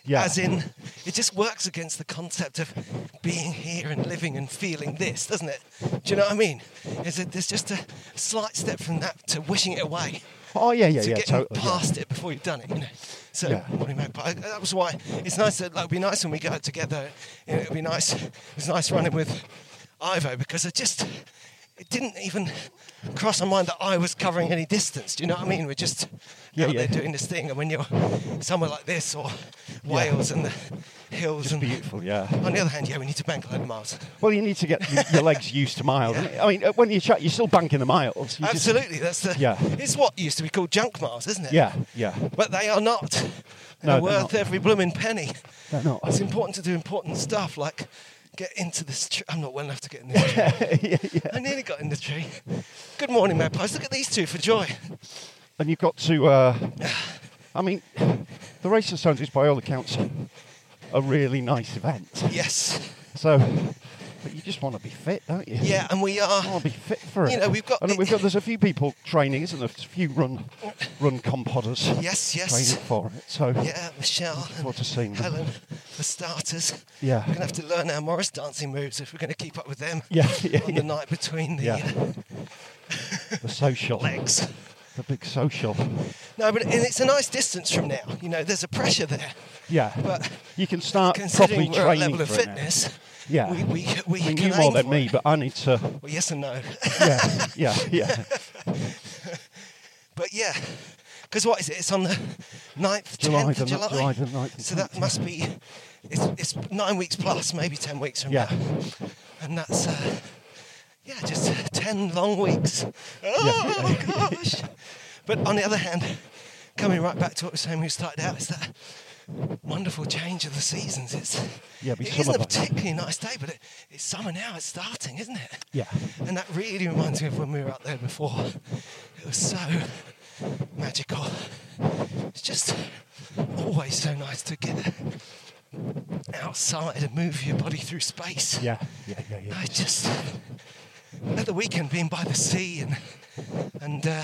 [SPEAKER 3] Yeah.
[SPEAKER 2] As in, it just works against the concept of being here and living and feeling this, doesn't it? Do you know what I mean? Is it, there's just a slight step from that to wishing it away
[SPEAKER 3] Oh yeah, yeah,
[SPEAKER 2] to
[SPEAKER 3] yeah,
[SPEAKER 2] get
[SPEAKER 3] totally. yeah.
[SPEAKER 2] past it before you've done it. You know, so
[SPEAKER 3] Yeah.
[SPEAKER 2] morning magpie. That was why it's nice. That, like, it'd be nice when we go out together. You know, it'd be nice. It was nice running with Ivo because it just it didn't even cross my mind that I was covering any distance. Do you know what I mean? We're just
[SPEAKER 3] Yeah,
[SPEAKER 2] out
[SPEAKER 3] yeah.
[SPEAKER 2] there doing this thing, and when you're somewhere like this or Wales and the hills and.
[SPEAKER 3] Beautiful, yeah.
[SPEAKER 2] On the other hand, yeah, we need to bank a load of miles.
[SPEAKER 3] Well, you need to get y- your legs used to miles. I mean, uh, when you chat, you're still banking the miles. You just-
[SPEAKER 2] Absolutely, that's the.
[SPEAKER 3] Yeah.
[SPEAKER 2] It's what used to be called junk miles, isn't it?
[SPEAKER 3] yeah, yeah.
[SPEAKER 2] But they are not.
[SPEAKER 3] No,
[SPEAKER 2] They're
[SPEAKER 3] they're
[SPEAKER 2] worth
[SPEAKER 3] not.
[SPEAKER 2] every blooming penny.
[SPEAKER 3] They're not.
[SPEAKER 2] It's important to do important stuff like get into this tree. I'm not well enough to get in this tree. I nearly got in the tree. Good morning, magpies. Look at these two for joy.
[SPEAKER 3] and you've got to. Uh, I mean, the race of stones is by all accounts a really nice event.
[SPEAKER 2] Yes.
[SPEAKER 3] So, but you just want to be fit, don't you?
[SPEAKER 2] Yeah, and we are.
[SPEAKER 3] want to be fit for it.
[SPEAKER 2] You know, we've got
[SPEAKER 3] And
[SPEAKER 2] the-
[SPEAKER 3] we've got. There's a few people training, isn't there? There's a few run, run compodders.
[SPEAKER 2] Yes, yes.
[SPEAKER 3] Training for it. So.
[SPEAKER 2] Yeah, Michelle,
[SPEAKER 3] Looking forward to seeing them.
[SPEAKER 2] Helen, for starters.
[SPEAKER 3] Yeah.
[SPEAKER 2] We're going to have to learn our Morris dancing moves if we're going to keep up with them
[SPEAKER 3] Yeah, yeah,
[SPEAKER 2] on
[SPEAKER 3] yeah.
[SPEAKER 2] the night between the
[SPEAKER 3] Yeah. The social.
[SPEAKER 2] legs.
[SPEAKER 3] The big social.
[SPEAKER 2] No, but and it's a nice distance from now. You know, there's a pressure there.
[SPEAKER 3] Yeah.
[SPEAKER 2] But
[SPEAKER 3] you can start Uh, properly
[SPEAKER 2] Considering we're at
[SPEAKER 3] training
[SPEAKER 2] level of
[SPEAKER 3] for it now.
[SPEAKER 2] fitness,
[SPEAKER 3] Yeah.
[SPEAKER 2] we, we, we
[SPEAKER 3] I mean,
[SPEAKER 2] can
[SPEAKER 3] you
[SPEAKER 2] aim
[SPEAKER 3] more than
[SPEAKER 2] for
[SPEAKER 3] me,
[SPEAKER 2] it.
[SPEAKER 3] but I need to.
[SPEAKER 2] Well, yes and no.
[SPEAKER 3] Yeah, yeah, yeah.
[SPEAKER 2] But yeah, because what is it? It's on the 9th,
[SPEAKER 3] July
[SPEAKER 2] 10th
[SPEAKER 3] the
[SPEAKER 2] of
[SPEAKER 3] n-
[SPEAKER 2] July.
[SPEAKER 3] July the 9th and
[SPEAKER 2] so that must be, it's, it's nine weeks plus, maybe 10 weeks from
[SPEAKER 3] Yeah.
[SPEAKER 2] now. And that's, uh, yeah, just 10 long weeks. Oh, gosh. But on the other hand, coming right back to what we were saying when we started out, is that wonderful change of the seasons. It's,
[SPEAKER 3] Yeah, it'll be
[SPEAKER 2] it
[SPEAKER 3] summer
[SPEAKER 2] isn't a
[SPEAKER 3] by now.
[SPEAKER 2] particularly nice day, but it, it's summer now, it's starting, isn't it?
[SPEAKER 3] Yeah.
[SPEAKER 2] And that really reminds me of when we were out there before. It was so magical. It's just always so nice to get outside and move your body through space.
[SPEAKER 3] Yeah, yeah, yeah, yeah.
[SPEAKER 2] I just at the weekend being by the sea and and uh,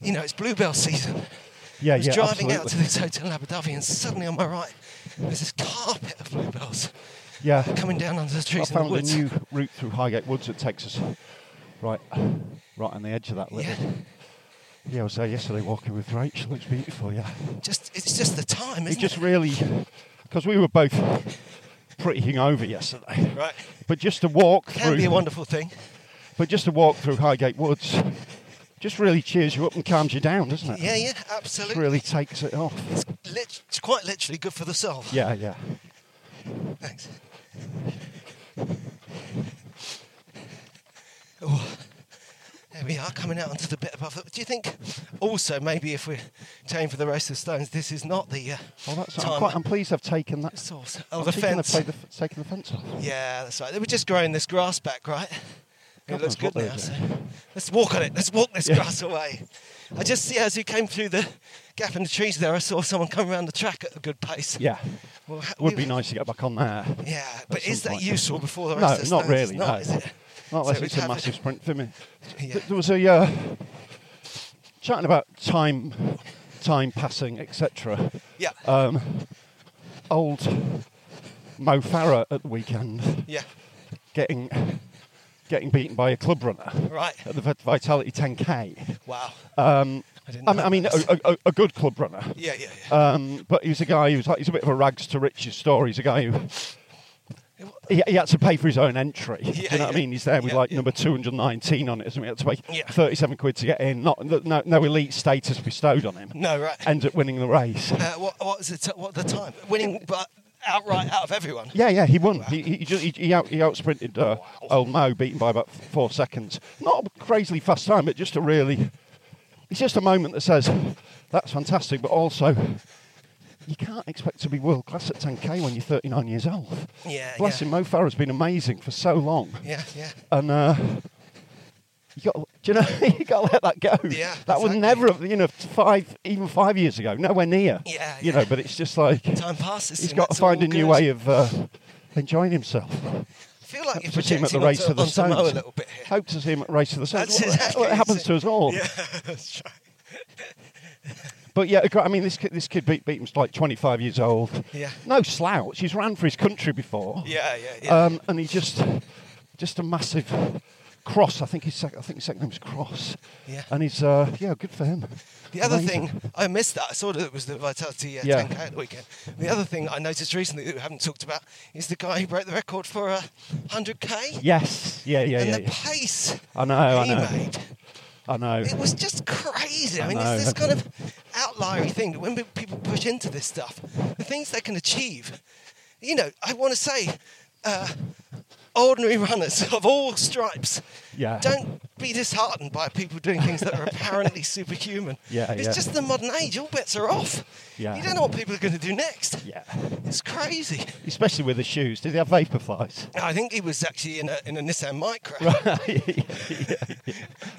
[SPEAKER 2] you know it's bluebell season.
[SPEAKER 3] Yeah,
[SPEAKER 2] I was
[SPEAKER 3] yeah,
[SPEAKER 2] driving out to
[SPEAKER 3] absolutely.
[SPEAKER 2] this hotel in Abu Dhabi and suddenly on my right there's this carpet of bluebells
[SPEAKER 3] Yeah.
[SPEAKER 2] coming down under the
[SPEAKER 3] I
[SPEAKER 2] trees in the
[SPEAKER 3] found a
[SPEAKER 2] woods.
[SPEAKER 3] new route through Highgate Woods that takes us right, right on the edge of that little.
[SPEAKER 2] Yeah.
[SPEAKER 3] Yeah, I was there yesterday walking with Rachel. It's beautiful. Yeah,
[SPEAKER 2] Just it's just the time, isn't
[SPEAKER 3] it
[SPEAKER 2] it?
[SPEAKER 3] just really because we were both pretty hungover yesterday.
[SPEAKER 2] Right.
[SPEAKER 3] But just to walk
[SPEAKER 2] Can
[SPEAKER 3] through,
[SPEAKER 2] be a wonderful thing.
[SPEAKER 3] but just to walk through Highgate Woods, just really cheers you up and calms you down, doesn't it?
[SPEAKER 2] Yeah, yeah,
[SPEAKER 3] Just
[SPEAKER 2] absolutely.
[SPEAKER 3] really takes it off.
[SPEAKER 2] It's, lit- it's quite literally good for the soul.
[SPEAKER 3] Yeah, yeah.
[SPEAKER 2] Thanks. Oh, there we are coming out onto the bit above. it. Do you think also maybe if we're tailing for the race of stones, this is not the uh,
[SPEAKER 3] Well, Oh, that's.
[SPEAKER 2] time.
[SPEAKER 3] I'm, quite, I'm pleased I've taken that.
[SPEAKER 2] It's also- oh,
[SPEAKER 3] I'm
[SPEAKER 2] the
[SPEAKER 3] thinking
[SPEAKER 2] fence.
[SPEAKER 3] I've played the, f- taken the fence off.
[SPEAKER 2] Yeah, that's right. They were just growing this grass back, right? It
[SPEAKER 3] God
[SPEAKER 2] looks
[SPEAKER 3] knows
[SPEAKER 2] good
[SPEAKER 3] what they
[SPEAKER 2] now.
[SPEAKER 3] were
[SPEAKER 2] So
[SPEAKER 3] doing.
[SPEAKER 2] let's walk on it. Let's walk this
[SPEAKER 3] Yeah.
[SPEAKER 2] grass away. I just see as you came through the gap in the trees there, I saw someone come around the track at a good pace.
[SPEAKER 3] Yeah.
[SPEAKER 2] Well, ha-
[SPEAKER 3] Would
[SPEAKER 2] we-
[SPEAKER 3] be nice to get back on there.
[SPEAKER 2] Yeah, but
[SPEAKER 3] some
[SPEAKER 2] is that
[SPEAKER 3] point.
[SPEAKER 2] useful before the race?
[SPEAKER 3] No,
[SPEAKER 2] of
[SPEAKER 3] not
[SPEAKER 2] the Stones?
[SPEAKER 3] really,
[SPEAKER 2] It's not,
[SPEAKER 3] no.
[SPEAKER 2] is it?
[SPEAKER 3] Not
[SPEAKER 2] So
[SPEAKER 3] unless
[SPEAKER 2] we'd
[SPEAKER 3] it's a
[SPEAKER 2] have it-
[SPEAKER 3] massive sprint for me.
[SPEAKER 2] Yeah.
[SPEAKER 3] Th- There was a uh, chatting about time, time passing, etc.
[SPEAKER 2] Yeah.
[SPEAKER 3] Um, old Mo Farah at the weekend
[SPEAKER 2] yeah.
[SPEAKER 3] getting getting beaten by a club runner
[SPEAKER 2] Right.
[SPEAKER 3] at the Vit- Vitality 10k.
[SPEAKER 2] Wow. I didn't.
[SPEAKER 3] um, I
[SPEAKER 2] know
[SPEAKER 3] mean, I mean uh,
[SPEAKER 2] that.
[SPEAKER 3] a, a, a good club runner.
[SPEAKER 2] yeah, yeah, yeah.
[SPEAKER 3] Um, but he was a guy who's like he's a bit of a rags to riches story. He's a guy who he, he had to pay for his own entry. Do
[SPEAKER 2] Yeah,
[SPEAKER 3] you know what
[SPEAKER 2] yeah.
[SPEAKER 3] I mean? He's there with
[SPEAKER 2] Yeah,
[SPEAKER 3] like
[SPEAKER 2] yeah.
[SPEAKER 3] number 219 on it, isn't he? He had to pay
[SPEAKER 2] Yeah.
[SPEAKER 3] 37 quid to get in. Not no, no elite status bestowed on him.
[SPEAKER 2] No, right.
[SPEAKER 3] Ends up winning the race.
[SPEAKER 2] uh, what, what was the t- what the time? Winning, but outright out of everyone.
[SPEAKER 3] Yeah, yeah, he won. He, he, ju- he, he, out, he outsprinted uh, old Mo, beaten by about f- four seconds. Not a crazily fast time, but just a really. It's just a moment that says, that's fantastic, but also, you can't expect to be world class at 10k when you're 39 years old.
[SPEAKER 2] Yeah,
[SPEAKER 3] Bless
[SPEAKER 2] yeah.
[SPEAKER 3] him, Mo Farah's been amazing for so long.
[SPEAKER 2] Yeah, yeah.
[SPEAKER 3] And. Uh, you got, do you know? You got to let that go.
[SPEAKER 2] Yeah,
[SPEAKER 3] that would
[SPEAKER 2] exactly.
[SPEAKER 3] never have, you know, five even five years ago, nowhere near.
[SPEAKER 2] Yeah,
[SPEAKER 3] you
[SPEAKER 2] yeah.
[SPEAKER 3] know. But it's just like
[SPEAKER 2] Time passes.
[SPEAKER 3] he's
[SPEAKER 2] and
[SPEAKER 3] got to
[SPEAKER 2] that's all
[SPEAKER 3] find a new
[SPEAKER 2] good.
[SPEAKER 3] way of uh, enjoying himself.
[SPEAKER 2] I feel like you're
[SPEAKER 3] Hope to see him at
[SPEAKER 2] projecting
[SPEAKER 3] the race
[SPEAKER 2] onto,
[SPEAKER 3] of
[SPEAKER 2] onto
[SPEAKER 3] the
[SPEAKER 2] Mo
[SPEAKER 3] Stones.
[SPEAKER 2] a little bit here.
[SPEAKER 3] Hope to see him at race of the Stones.
[SPEAKER 2] That's
[SPEAKER 3] Well,
[SPEAKER 2] exactly
[SPEAKER 3] well, it happens
[SPEAKER 2] it.
[SPEAKER 3] to us all.
[SPEAKER 2] Yeah, that's right.
[SPEAKER 3] But yeah, I mean, this kid, this kid beat Beaton's like 25 years old.
[SPEAKER 2] Yeah.
[SPEAKER 3] No slouch. He's ran for his country before.
[SPEAKER 2] Yeah, yeah, yeah.
[SPEAKER 3] Um, and he just, just a massive cross. I think his sec- I think his second name's Cross.
[SPEAKER 2] Yeah.
[SPEAKER 3] And he's uh, yeah, good for him.
[SPEAKER 2] The other
[SPEAKER 3] Amazing.
[SPEAKER 2] thing I missed that I saw that it was the Vitality uh,
[SPEAKER 3] Yeah.
[SPEAKER 2] 10k at the weekend. The other thing I noticed recently that we haven't talked about is the guy who broke the record for uh, 100k.
[SPEAKER 3] Yes. Yeah. Yeah.
[SPEAKER 2] and
[SPEAKER 3] Yeah.
[SPEAKER 2] the
[SPEAKER 3] yeah.
[SPEAKER 2] pace
[SPEAKER 3] I know. I
[SPEAKER 2] he
[SPEAKER 3] know.
[SPEAKER 2] made.
[SPEAKER 3] I know.
[SPEAKER 2] It was just crazy. I,
[SPEAKER 3] I
[SPEAKER 2] mean,
[SPEAKER 3] know.
[SPEAKER 2] it's this kind of outliery thing that when pe- people push into this stuff, the things they can achieve. You know, I want to say, uh, ordinary runners of all stripes.
[SPEAKER 3] Yeah.
[SPEAKER 2] Don't be disheartened by people doing things that are apparently superhuman.
[SPEAKER 3] Yeah,
[SPEAKER 2] It's
[SPEAKER 3] yeah.
[SPEAKER 2] just the modern age. All bets are off.
[SPEAKER 3] Yeah.
[SPEAKER 2] You don't know what people are going to do next.
[SPEAKER 3] Yeah.
[SPEAKER 2] It's crazy.
[SPEAKER 3] Especially with the shoes. Did they have vapor flies?
[SPEAKER 2] I think he was actually in a, in a Nissan Micra,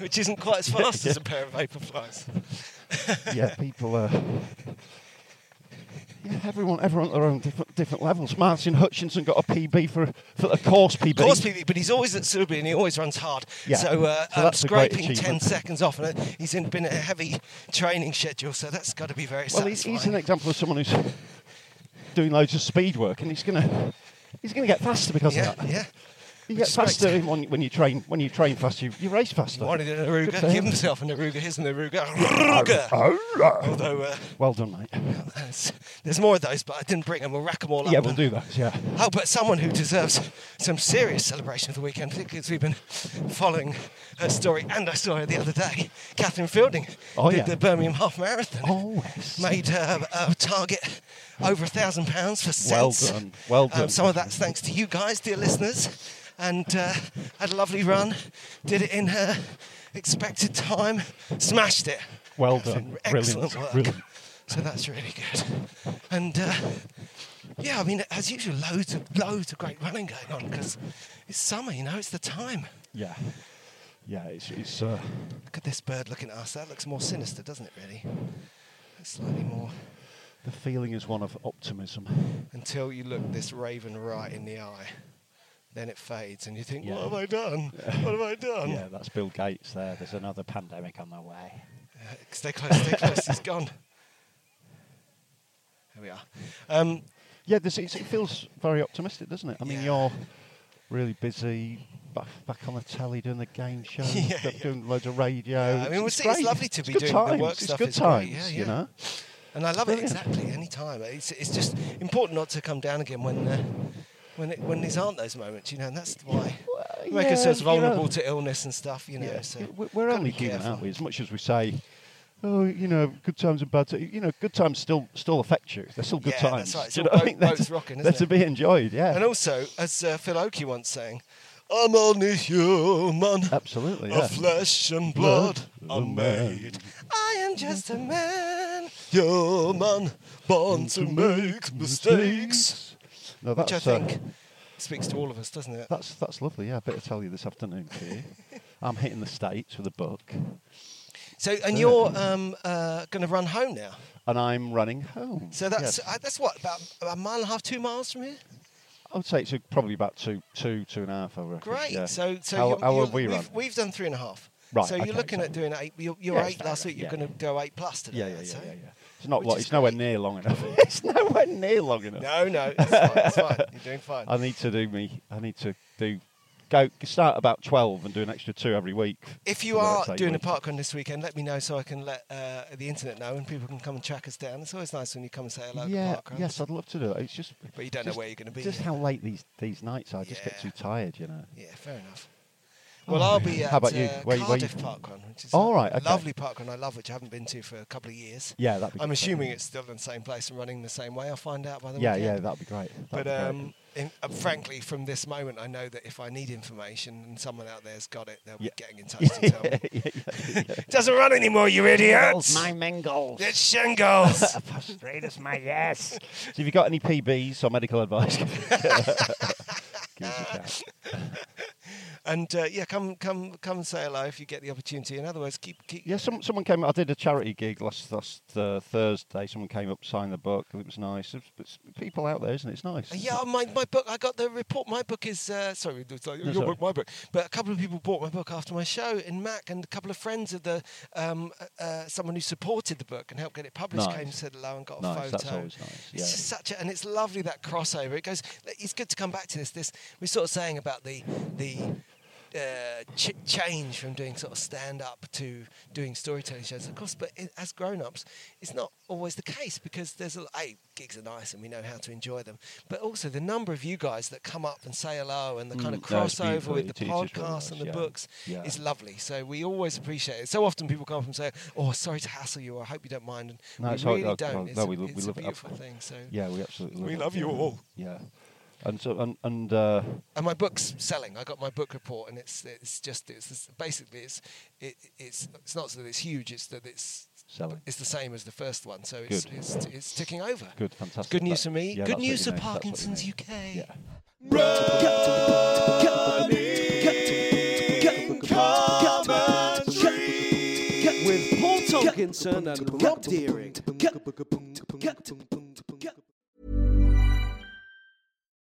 [SPEAKER 2] which isn't quite as fast as a pair of Vaporflies.
[SPEAKER 3] yeah, people are. Yeah, everyone, everyone at their own different, different levels. Martin Hutchinson got a PB for for a course PB.
[SPEAKER 2] Of course, PB, but he's always at Sudbury and he always runs hard.
[SPEAKER 3] Yeah.
[SPEAKER 2] So, uh,
[SPEAKER 3] So
[SPEAKER 2] um,
[SPEAKER 3] that's a great
[SPEAKER 2] scraping 10
[SPEAKER 3] achievement.
[SPEAKER 2] seconds off, and uh, he's in, been a heavy training schedule, so that's got to be very
[SPEAKER 3] Well, he's,
[SPEAKER 2] satisfying.
[SPEAKER 3] he's an example of someone who's doing loads of speed work, and he's gonna he's gonna get faster because
[SPEAKER 2] yeah,
[SPEAKER 3] of that.
[SPEAKER 2] yeah.
[SPEAKER 3] You
[SPEAKER 2] Which
[SPEAKER 3] get
[SPEAKER 2] is great.
[SPEAKER 3] faster when, when you train. When you train faster, you, you race faster.
[SPEAKER 2] Wanted an
[SPEAKER 3] Good
[SPEAKER 2] Aruga,
[SPEAKER 3] for
[SPEAKER 2] give
[SPEAKER 3] him.
[SPEAKER 2] himself an Aruga, here's an Aruga. Aruga! Although, uh,
[SPEAKER 3] Oh, Well done, mate.
[SPEAKER 2] there's, there's more of those, but I didn't bring them. We'll rack them all up.
[SPEAKER 3] Yeah, we'll
[SPEAKER 2] and-
[SPEAKER 3] do those. Yeah.
[SPEAKER 2] Oh, but someone who deserves some serious celebration of the weekend, particularly as we've been following her story, and I saw her the other day, Catherine Fielding,
[SPEAKER 3] Oh,
[SPEAKER 2] did
[SPEAKER 3] yeah.
[SPEAKER 2] the Birmingham Half Marathon,
[SPEAKER 3] Oh, yes.
[SPEAKER 2] made uh, a target over a thousand pounds for sets.
[SPEAKER 3] Well done, well
[SPEAKER 2] Um,
[SPEAKER 3] done.
[SPEAKER 2] some of that's thanks to you guys, dear listeners, and uh, had a lovely run, did it in her expected time, smashed it.
[SPEAKER 3] Well done.
[SPEAKER 2] Excellent
[SPEAKER 3] Brilliant.
[SPEAKER 2] work.
[SPEAKER 3] Brilliant.
[SPEAKER 2] So that's really good. And uh, yeah, I mean, as usual, loads of loads of great running going on because it's summer. You know, it's the time.
[SPEAKER 3] Yeah. Yeah. It's it's. Uh,
[SPEAKER 2] Look at this bird looking at us. That looks more sinister, doesn't it? Really, it's slightly more.
[SPEAKER 3] The feeling is one of optimism.
[SPEAKER 2] Until you look this raven right in the eye, then it fades, and you think,
[SPEAKER 3] Yeah.
[SPEAKER 2] "What have I done? What have I done?"
[SPEAKER 3] Yeah, that's Bill Gates there. There's another pandemic on the way.
[SPEAKER 2] Stay close, stay close. He's gone. There we are. Um,
[SPEAKER 3] Yeah, this, it's, it feels very optimistic, doesn't it? I mean,
[SPEAKER 2] Yeah.
[SPEAKER 3] you're really busy, back, back on the telly doing the game show,
[SPEAKER 2] Yeah,
[SPEAKER 3] stuff,
[SPEAKER 2] yeah.
[SPEAKER 3] doing loads of radio.
[SPEAKER 2] Yeah, I mean,
[SPEAKER 3] it's,
[SPEAKER 2] it's- it's
[SPEAKER 3] great.
[SPEAKER 2] lovely to
[SPEAKER 3] It's
[SPEAKER 2] be
[SPEAKER 3] good
[SPEAKER 2] doing the
[SPEAKER 3] times.
[SPEAKER 2] work
[SPEAKER 3] it's
[SPEAKER 2] stuff,
[SPEAKER 3] Good
[SPEAKER 2] it's great,
[SPEAKER 3] times,
[SPEAKER 2] yeah, yeah.
[SPEAKER 3] you know.
[SPEAKER 2] And I love
[SPEAKER 3] Brilliant.
[SPEAKER 2] it exactly any time. It's, it's just important not to come down again when uh, when it, when these aren't those moments, you know. And that's why we make
[SPEAKER 3] yeah,
[SPEAKER 2] ourselves
[SPEAKER 3] you
[SPEAKER 2] vulnerable
[SPEAKER 3] know.
[SPEAKER 2] to illness and stuff, you know.
[SPEAKER 3] Yeah,
[SPEAKER 2] So
[SPEAKER 3] w- w- we're
[SPEAKER 2] gotta
[SPEAKER 3] only
[SPEAKER 2] be
[SPEAKER 3] human,
[SPEAKER 2] careful.
[SPEAKER 3] aren't we? As much as we say, oh, you know, good times and bad times. You know, good times still still affect you. They're still good
[SPEAKER 2] Yeah, that's
[SPEAKER 3] times.
[SPEAKER 2] right. It's
[SPEAKER 3] Do you
[SPEAKER 2] all
[SPEAKER 3] know what I
[SPEAKER 2] boat-
[SPEAKER 3] mean? They're
[SPEAKER 2] boats
[SPEAKER 3] to-
[SPEAKER 2] rocking, isn't
[SPEAKER 3] They're to
[SPEAKER 2] it?
[SPEAKER 3] be enjoyed. Yeah.
[SPEAKER 2] And also, as uh, Phil Oakey once sang, "I'm only human,
[SPEAKER 3] Absolutely.
[SPEAKER 2] of
[SPEAKER 3] Yeah.
[SPEAKER 2] flesh and blood,
[SPEAKER 3] Blood
[SPEAKER 2] I'm
[SPEAKER 3] and man.
[SPEAKER 2] made. I am just a man, human, born to make mistakes."
[SPEAKER 3] No,
[SPEAKER 2] Which
[SPEAKER 3] that's
[SPEAKER 2] I
[SPEAKER 3] uh,
[SPEAKER 2] think speaks to all of us, doesn't it?
[SPEAKER 3] That's that's lovely. Yeah, I better tell you this afternoon, Keir. I'm hitting the states with a book,
[SPEAKER 2] So, and you're um, uh, going to run home now.
[SPEAKER 3] and I'm running home.
[SPEAKER 2] So that's
[SPEAKER 3] Yes.
[SPEAKER 2] uh, that's what about a mile and a half, two miles from here.
[SPEAKER 3] I would say it's uh, probably about two, two, two and a half. I reckon.
[SPEAKER 2] Great.
[SPEAKER 3] Yeah.
[SPEAKER 2] So, so
[SPEAKER 3] how,
[SPEAKER 2] you're,
[SPEAKER 3] how
[SPEAKER 2] you're-
[SPEAKER 3] have we
[SPEAKER 2] we've,
[SPEAKER 3] run?
[SPEAKER 2] We've done three and a half.
[SPEAKER 3] Right,
[SPEAKER 2] So you're
[SPEAKER 3] okay,
[SPEAKER 2] looking
[SPEAKER 3] so-
[SPEAKER 2] at doing eight. You're, you're
[SPEAKER 3] Yeah,
[SPEAKER 2] eight
[SPEAKER 3] it's
[SPEAKER 2] last
[SPEAKER 3] about
[SPEAKER 2] week. You're
[SPEAKER 3] right,
[SPEAKER 2] going to go eight plus today.
[SPEAKER 3] yeah, yeah,
[SPEAKER 2] I'd
[SPEAKER 3] yeah,
[SPEAKER 2] say.
[SPEAKER 3] yeah, yeah. It's not.
[SPEAKER 2] Which
[SPEAKER 3] Lo-
[SPEAKER 2] is
[SPEAKER 3] it's nowhere
[SPEAKER 2] great.
[SPEAKER 3] near long enough. it's nowhere near long enough.
[SPEAKER 2] No, no, it's fine. It's fine. You're doing fine.
[SPEAKER 3] I need to do me. I need to do. Go start about twelve and do an extra two every week.
[SPEAKER 2] if you
[SPEAKER 3] for the
[SPEAKER 2] are
[SPEAKER 3] next eight
[SPEAKER 2] doing a
[SPEAKER 3] weeks.
[SPEAKER 2] park run this weekend, let me know so I can let uh, the internet know and people can come and track us down. It's always nice when you come and say hello. at
[SPEAKER 3] yeah,
[SPEAKER 2] park runs.
[SPEAKER 3] yes, I'd love to do it. It's just,
[SPEAKER 2] But you don't know
[SPEAKER 3] just-
[SPEAKER 2] where you're gonna be
[SPEAKER 3] Just
[SPEAKER 2] yet.
[SPEAKER 3] how late these these nights are. I just get
[SPEAKER 2] Yeah.
[SPEAKER 3] too tired, you know.
[SPEAKER 2] Yeah, fair enough. Well, I'll be at
[SPEAKER 3] Oh, How about you?
[SPEAKER 2] uh,
[SPEAKER 3] Where you- where you-
[SPEAKER 2] Cardiff Park Run, which is
[SPEAKER 3] All
[SPEAKER 2] a
[SPEAKER 3] right, okay.
[SPEAKER 2] lovely park run I love, which I haven't been to for a couple of years.
[SPEAKER 3] Yeah, that'd be
[SPEAKER 2] I'm
[SPEAKER 3] good,
[SPEAKER 2] assuming
[SPEAKER 3] yeah.
[SPEAKER 2] it's still in the same place and running the same way. I'll find out by the
[SPEAKER 3] Yeah, yeah,
[SPEAKER 2] weekend.
[SPEAKER 3] that'd be great. That'd
[SPEAKER 2] But
[SPEAKER 3] be great.
[SPEAKER 2] um, in, uh, frankly, from this moment, I know that if I need information and someone out there's got it, they'll
[SPEAKER 3] Yeah.
[SPEAKER 2] be getting in touch to tell me.
[SPEAKER 3] yeah, yeah, yeah.
[SPEAKER 2] Doesn't run anymore, you idiots!
[SPEAKER 5] Mengals.
[SPEAKER 2] It's shingles.
[SPEAKER 5] Straight as my yes.
[SPEAKER 3] So if you've got any PBs or medical advice, give us a shout.
[SPEAKER 2] and uh, yeah, come, come, come and say hello if you get the opportunity. In other words, keep, keep.
[SPEAKER 3] yeah, some, someone came. I did a charity gig last last uh, Thursday. Someone came up, signed the book. It was nice. It's, it's people out there, isn't it? It's nice.
[SPEAKER 2] Uh, Yeah, my, my book. I got the report. My book is uh, sorry, it's like, your
[SPEAKER 3] sorry.
[SPEAKER 2] book, my book. But a couple of people bought my book after my show in Mac, and a couple of friends of the um, uh, uh, someone who supported the book and helped get it published
[SPEAKER 3] Nice.
[SPEAKER 2] came said hello and got a
[SPEAKER 3] Nice,
[SPEAKER 2] photo.
[SPEAKER 3] that's always nice, yeah.
[SPEAKER 2] It's just such a, and it's lovely that crossover. It goes. It's good to come back to this. This we're sort of saying about the the. Uh, ch- change from doing sort of stand up to doing storytelling shows, of course. But i as grown ups, it's not always the case because there's a hey, gigs are nice and we know how to enjoy them. But also the number of you guys that come up and say hello and the kind of
[SPEAKER 3] Mm, no, it's
[SPEAKER 2] crossover
[SPEAKER 3] beautiful.
[SPEAKER 2] with the
[SPEAKER 3] It is, it's really
[SPEAKER 2] podcast and
[SPEAKER 3] nice,
[SPEAKER 2] the
[SPEAKER 3] yeah.
[SPEAKER 2] books
[SPEAKER 3] Yeah.
[SPEAKER 2] is lovely. So we always appreciate it. So often people come up and say, "Oh, sorry to hassle you. I hope you don't mind." And
[SPEAKER 3] No,
[SPEAKER 2] we
[SPEAKER 3] it's all-
[SPEAKER 2] really
[SPEAKER 3] oh,
[SPEAKER 2] don't.
[SPEAKER 3] well,
[SPEAKER 2] it's
[SPEAKER 3] no,
[SPEAKER 2] a,
[SPEAKER 3] we lo- we
[SPEAKER 2] it's a
[SPEAKER 3] love it.
[SPEAKER 2] beautiful thing. So
[SPEAKER 3] yeah, we absolutely. Love
[SPEAKER 2] we
[SPEAKER 3] it,
[SPEAKER 2] love you
[SPEAKER 3] yeah.
[SPEAKER 2] all.
[SPEAKER 3] Yeah. And so and and uh,
[SPEAKER 2] and my book's selling. I got my book report, and it's it's just it's this- basically it's it, it's it's not that it's huge. It's that it's
[SPEAKER 3] Selling.
[SPEAKER 2] It's the same as the first one, so it's
[SPEAKER 3] Good.
[SPEAKER 2] it's, it's ticking over.
[SPEAKER 3] good, fantastic.
[SPEAKER 2] Good news
[SPEAKER 3] That-
[SPEAKER 2] for me.
[SPEAKER 3] yeah,
[SPEAKER 2] good
[SPEAKER 3] that's what
[SPEAKER 2] news for
[SPEAKER 3] you mean, that's what you
[SPEAKER 2] Parkinson's
[SPEAKER 3] mean.
[SPEAKER 2] UK.
[SPEAKER 3] Yeah.
[SPEAKER 1] With Paul Tomkinson and Rob Deering.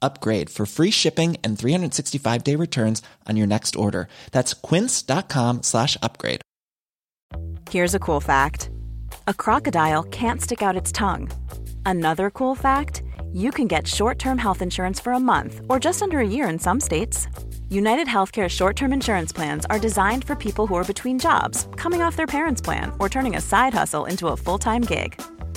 [SPEAKER 7] upgrade for free shipping and 365 day returns on your next order. That's quince.com slash upgrade.
[SPEAKER 8] Here's a cool fact a crocodile can't stick out its tongue. Another cool fact you can get short term health insurance for a month or just under a year in some states. United Healthcare short term insurance plans are designed for people who are between jobs, coming off their parents' plan, or turning a side hustle into a full time gig.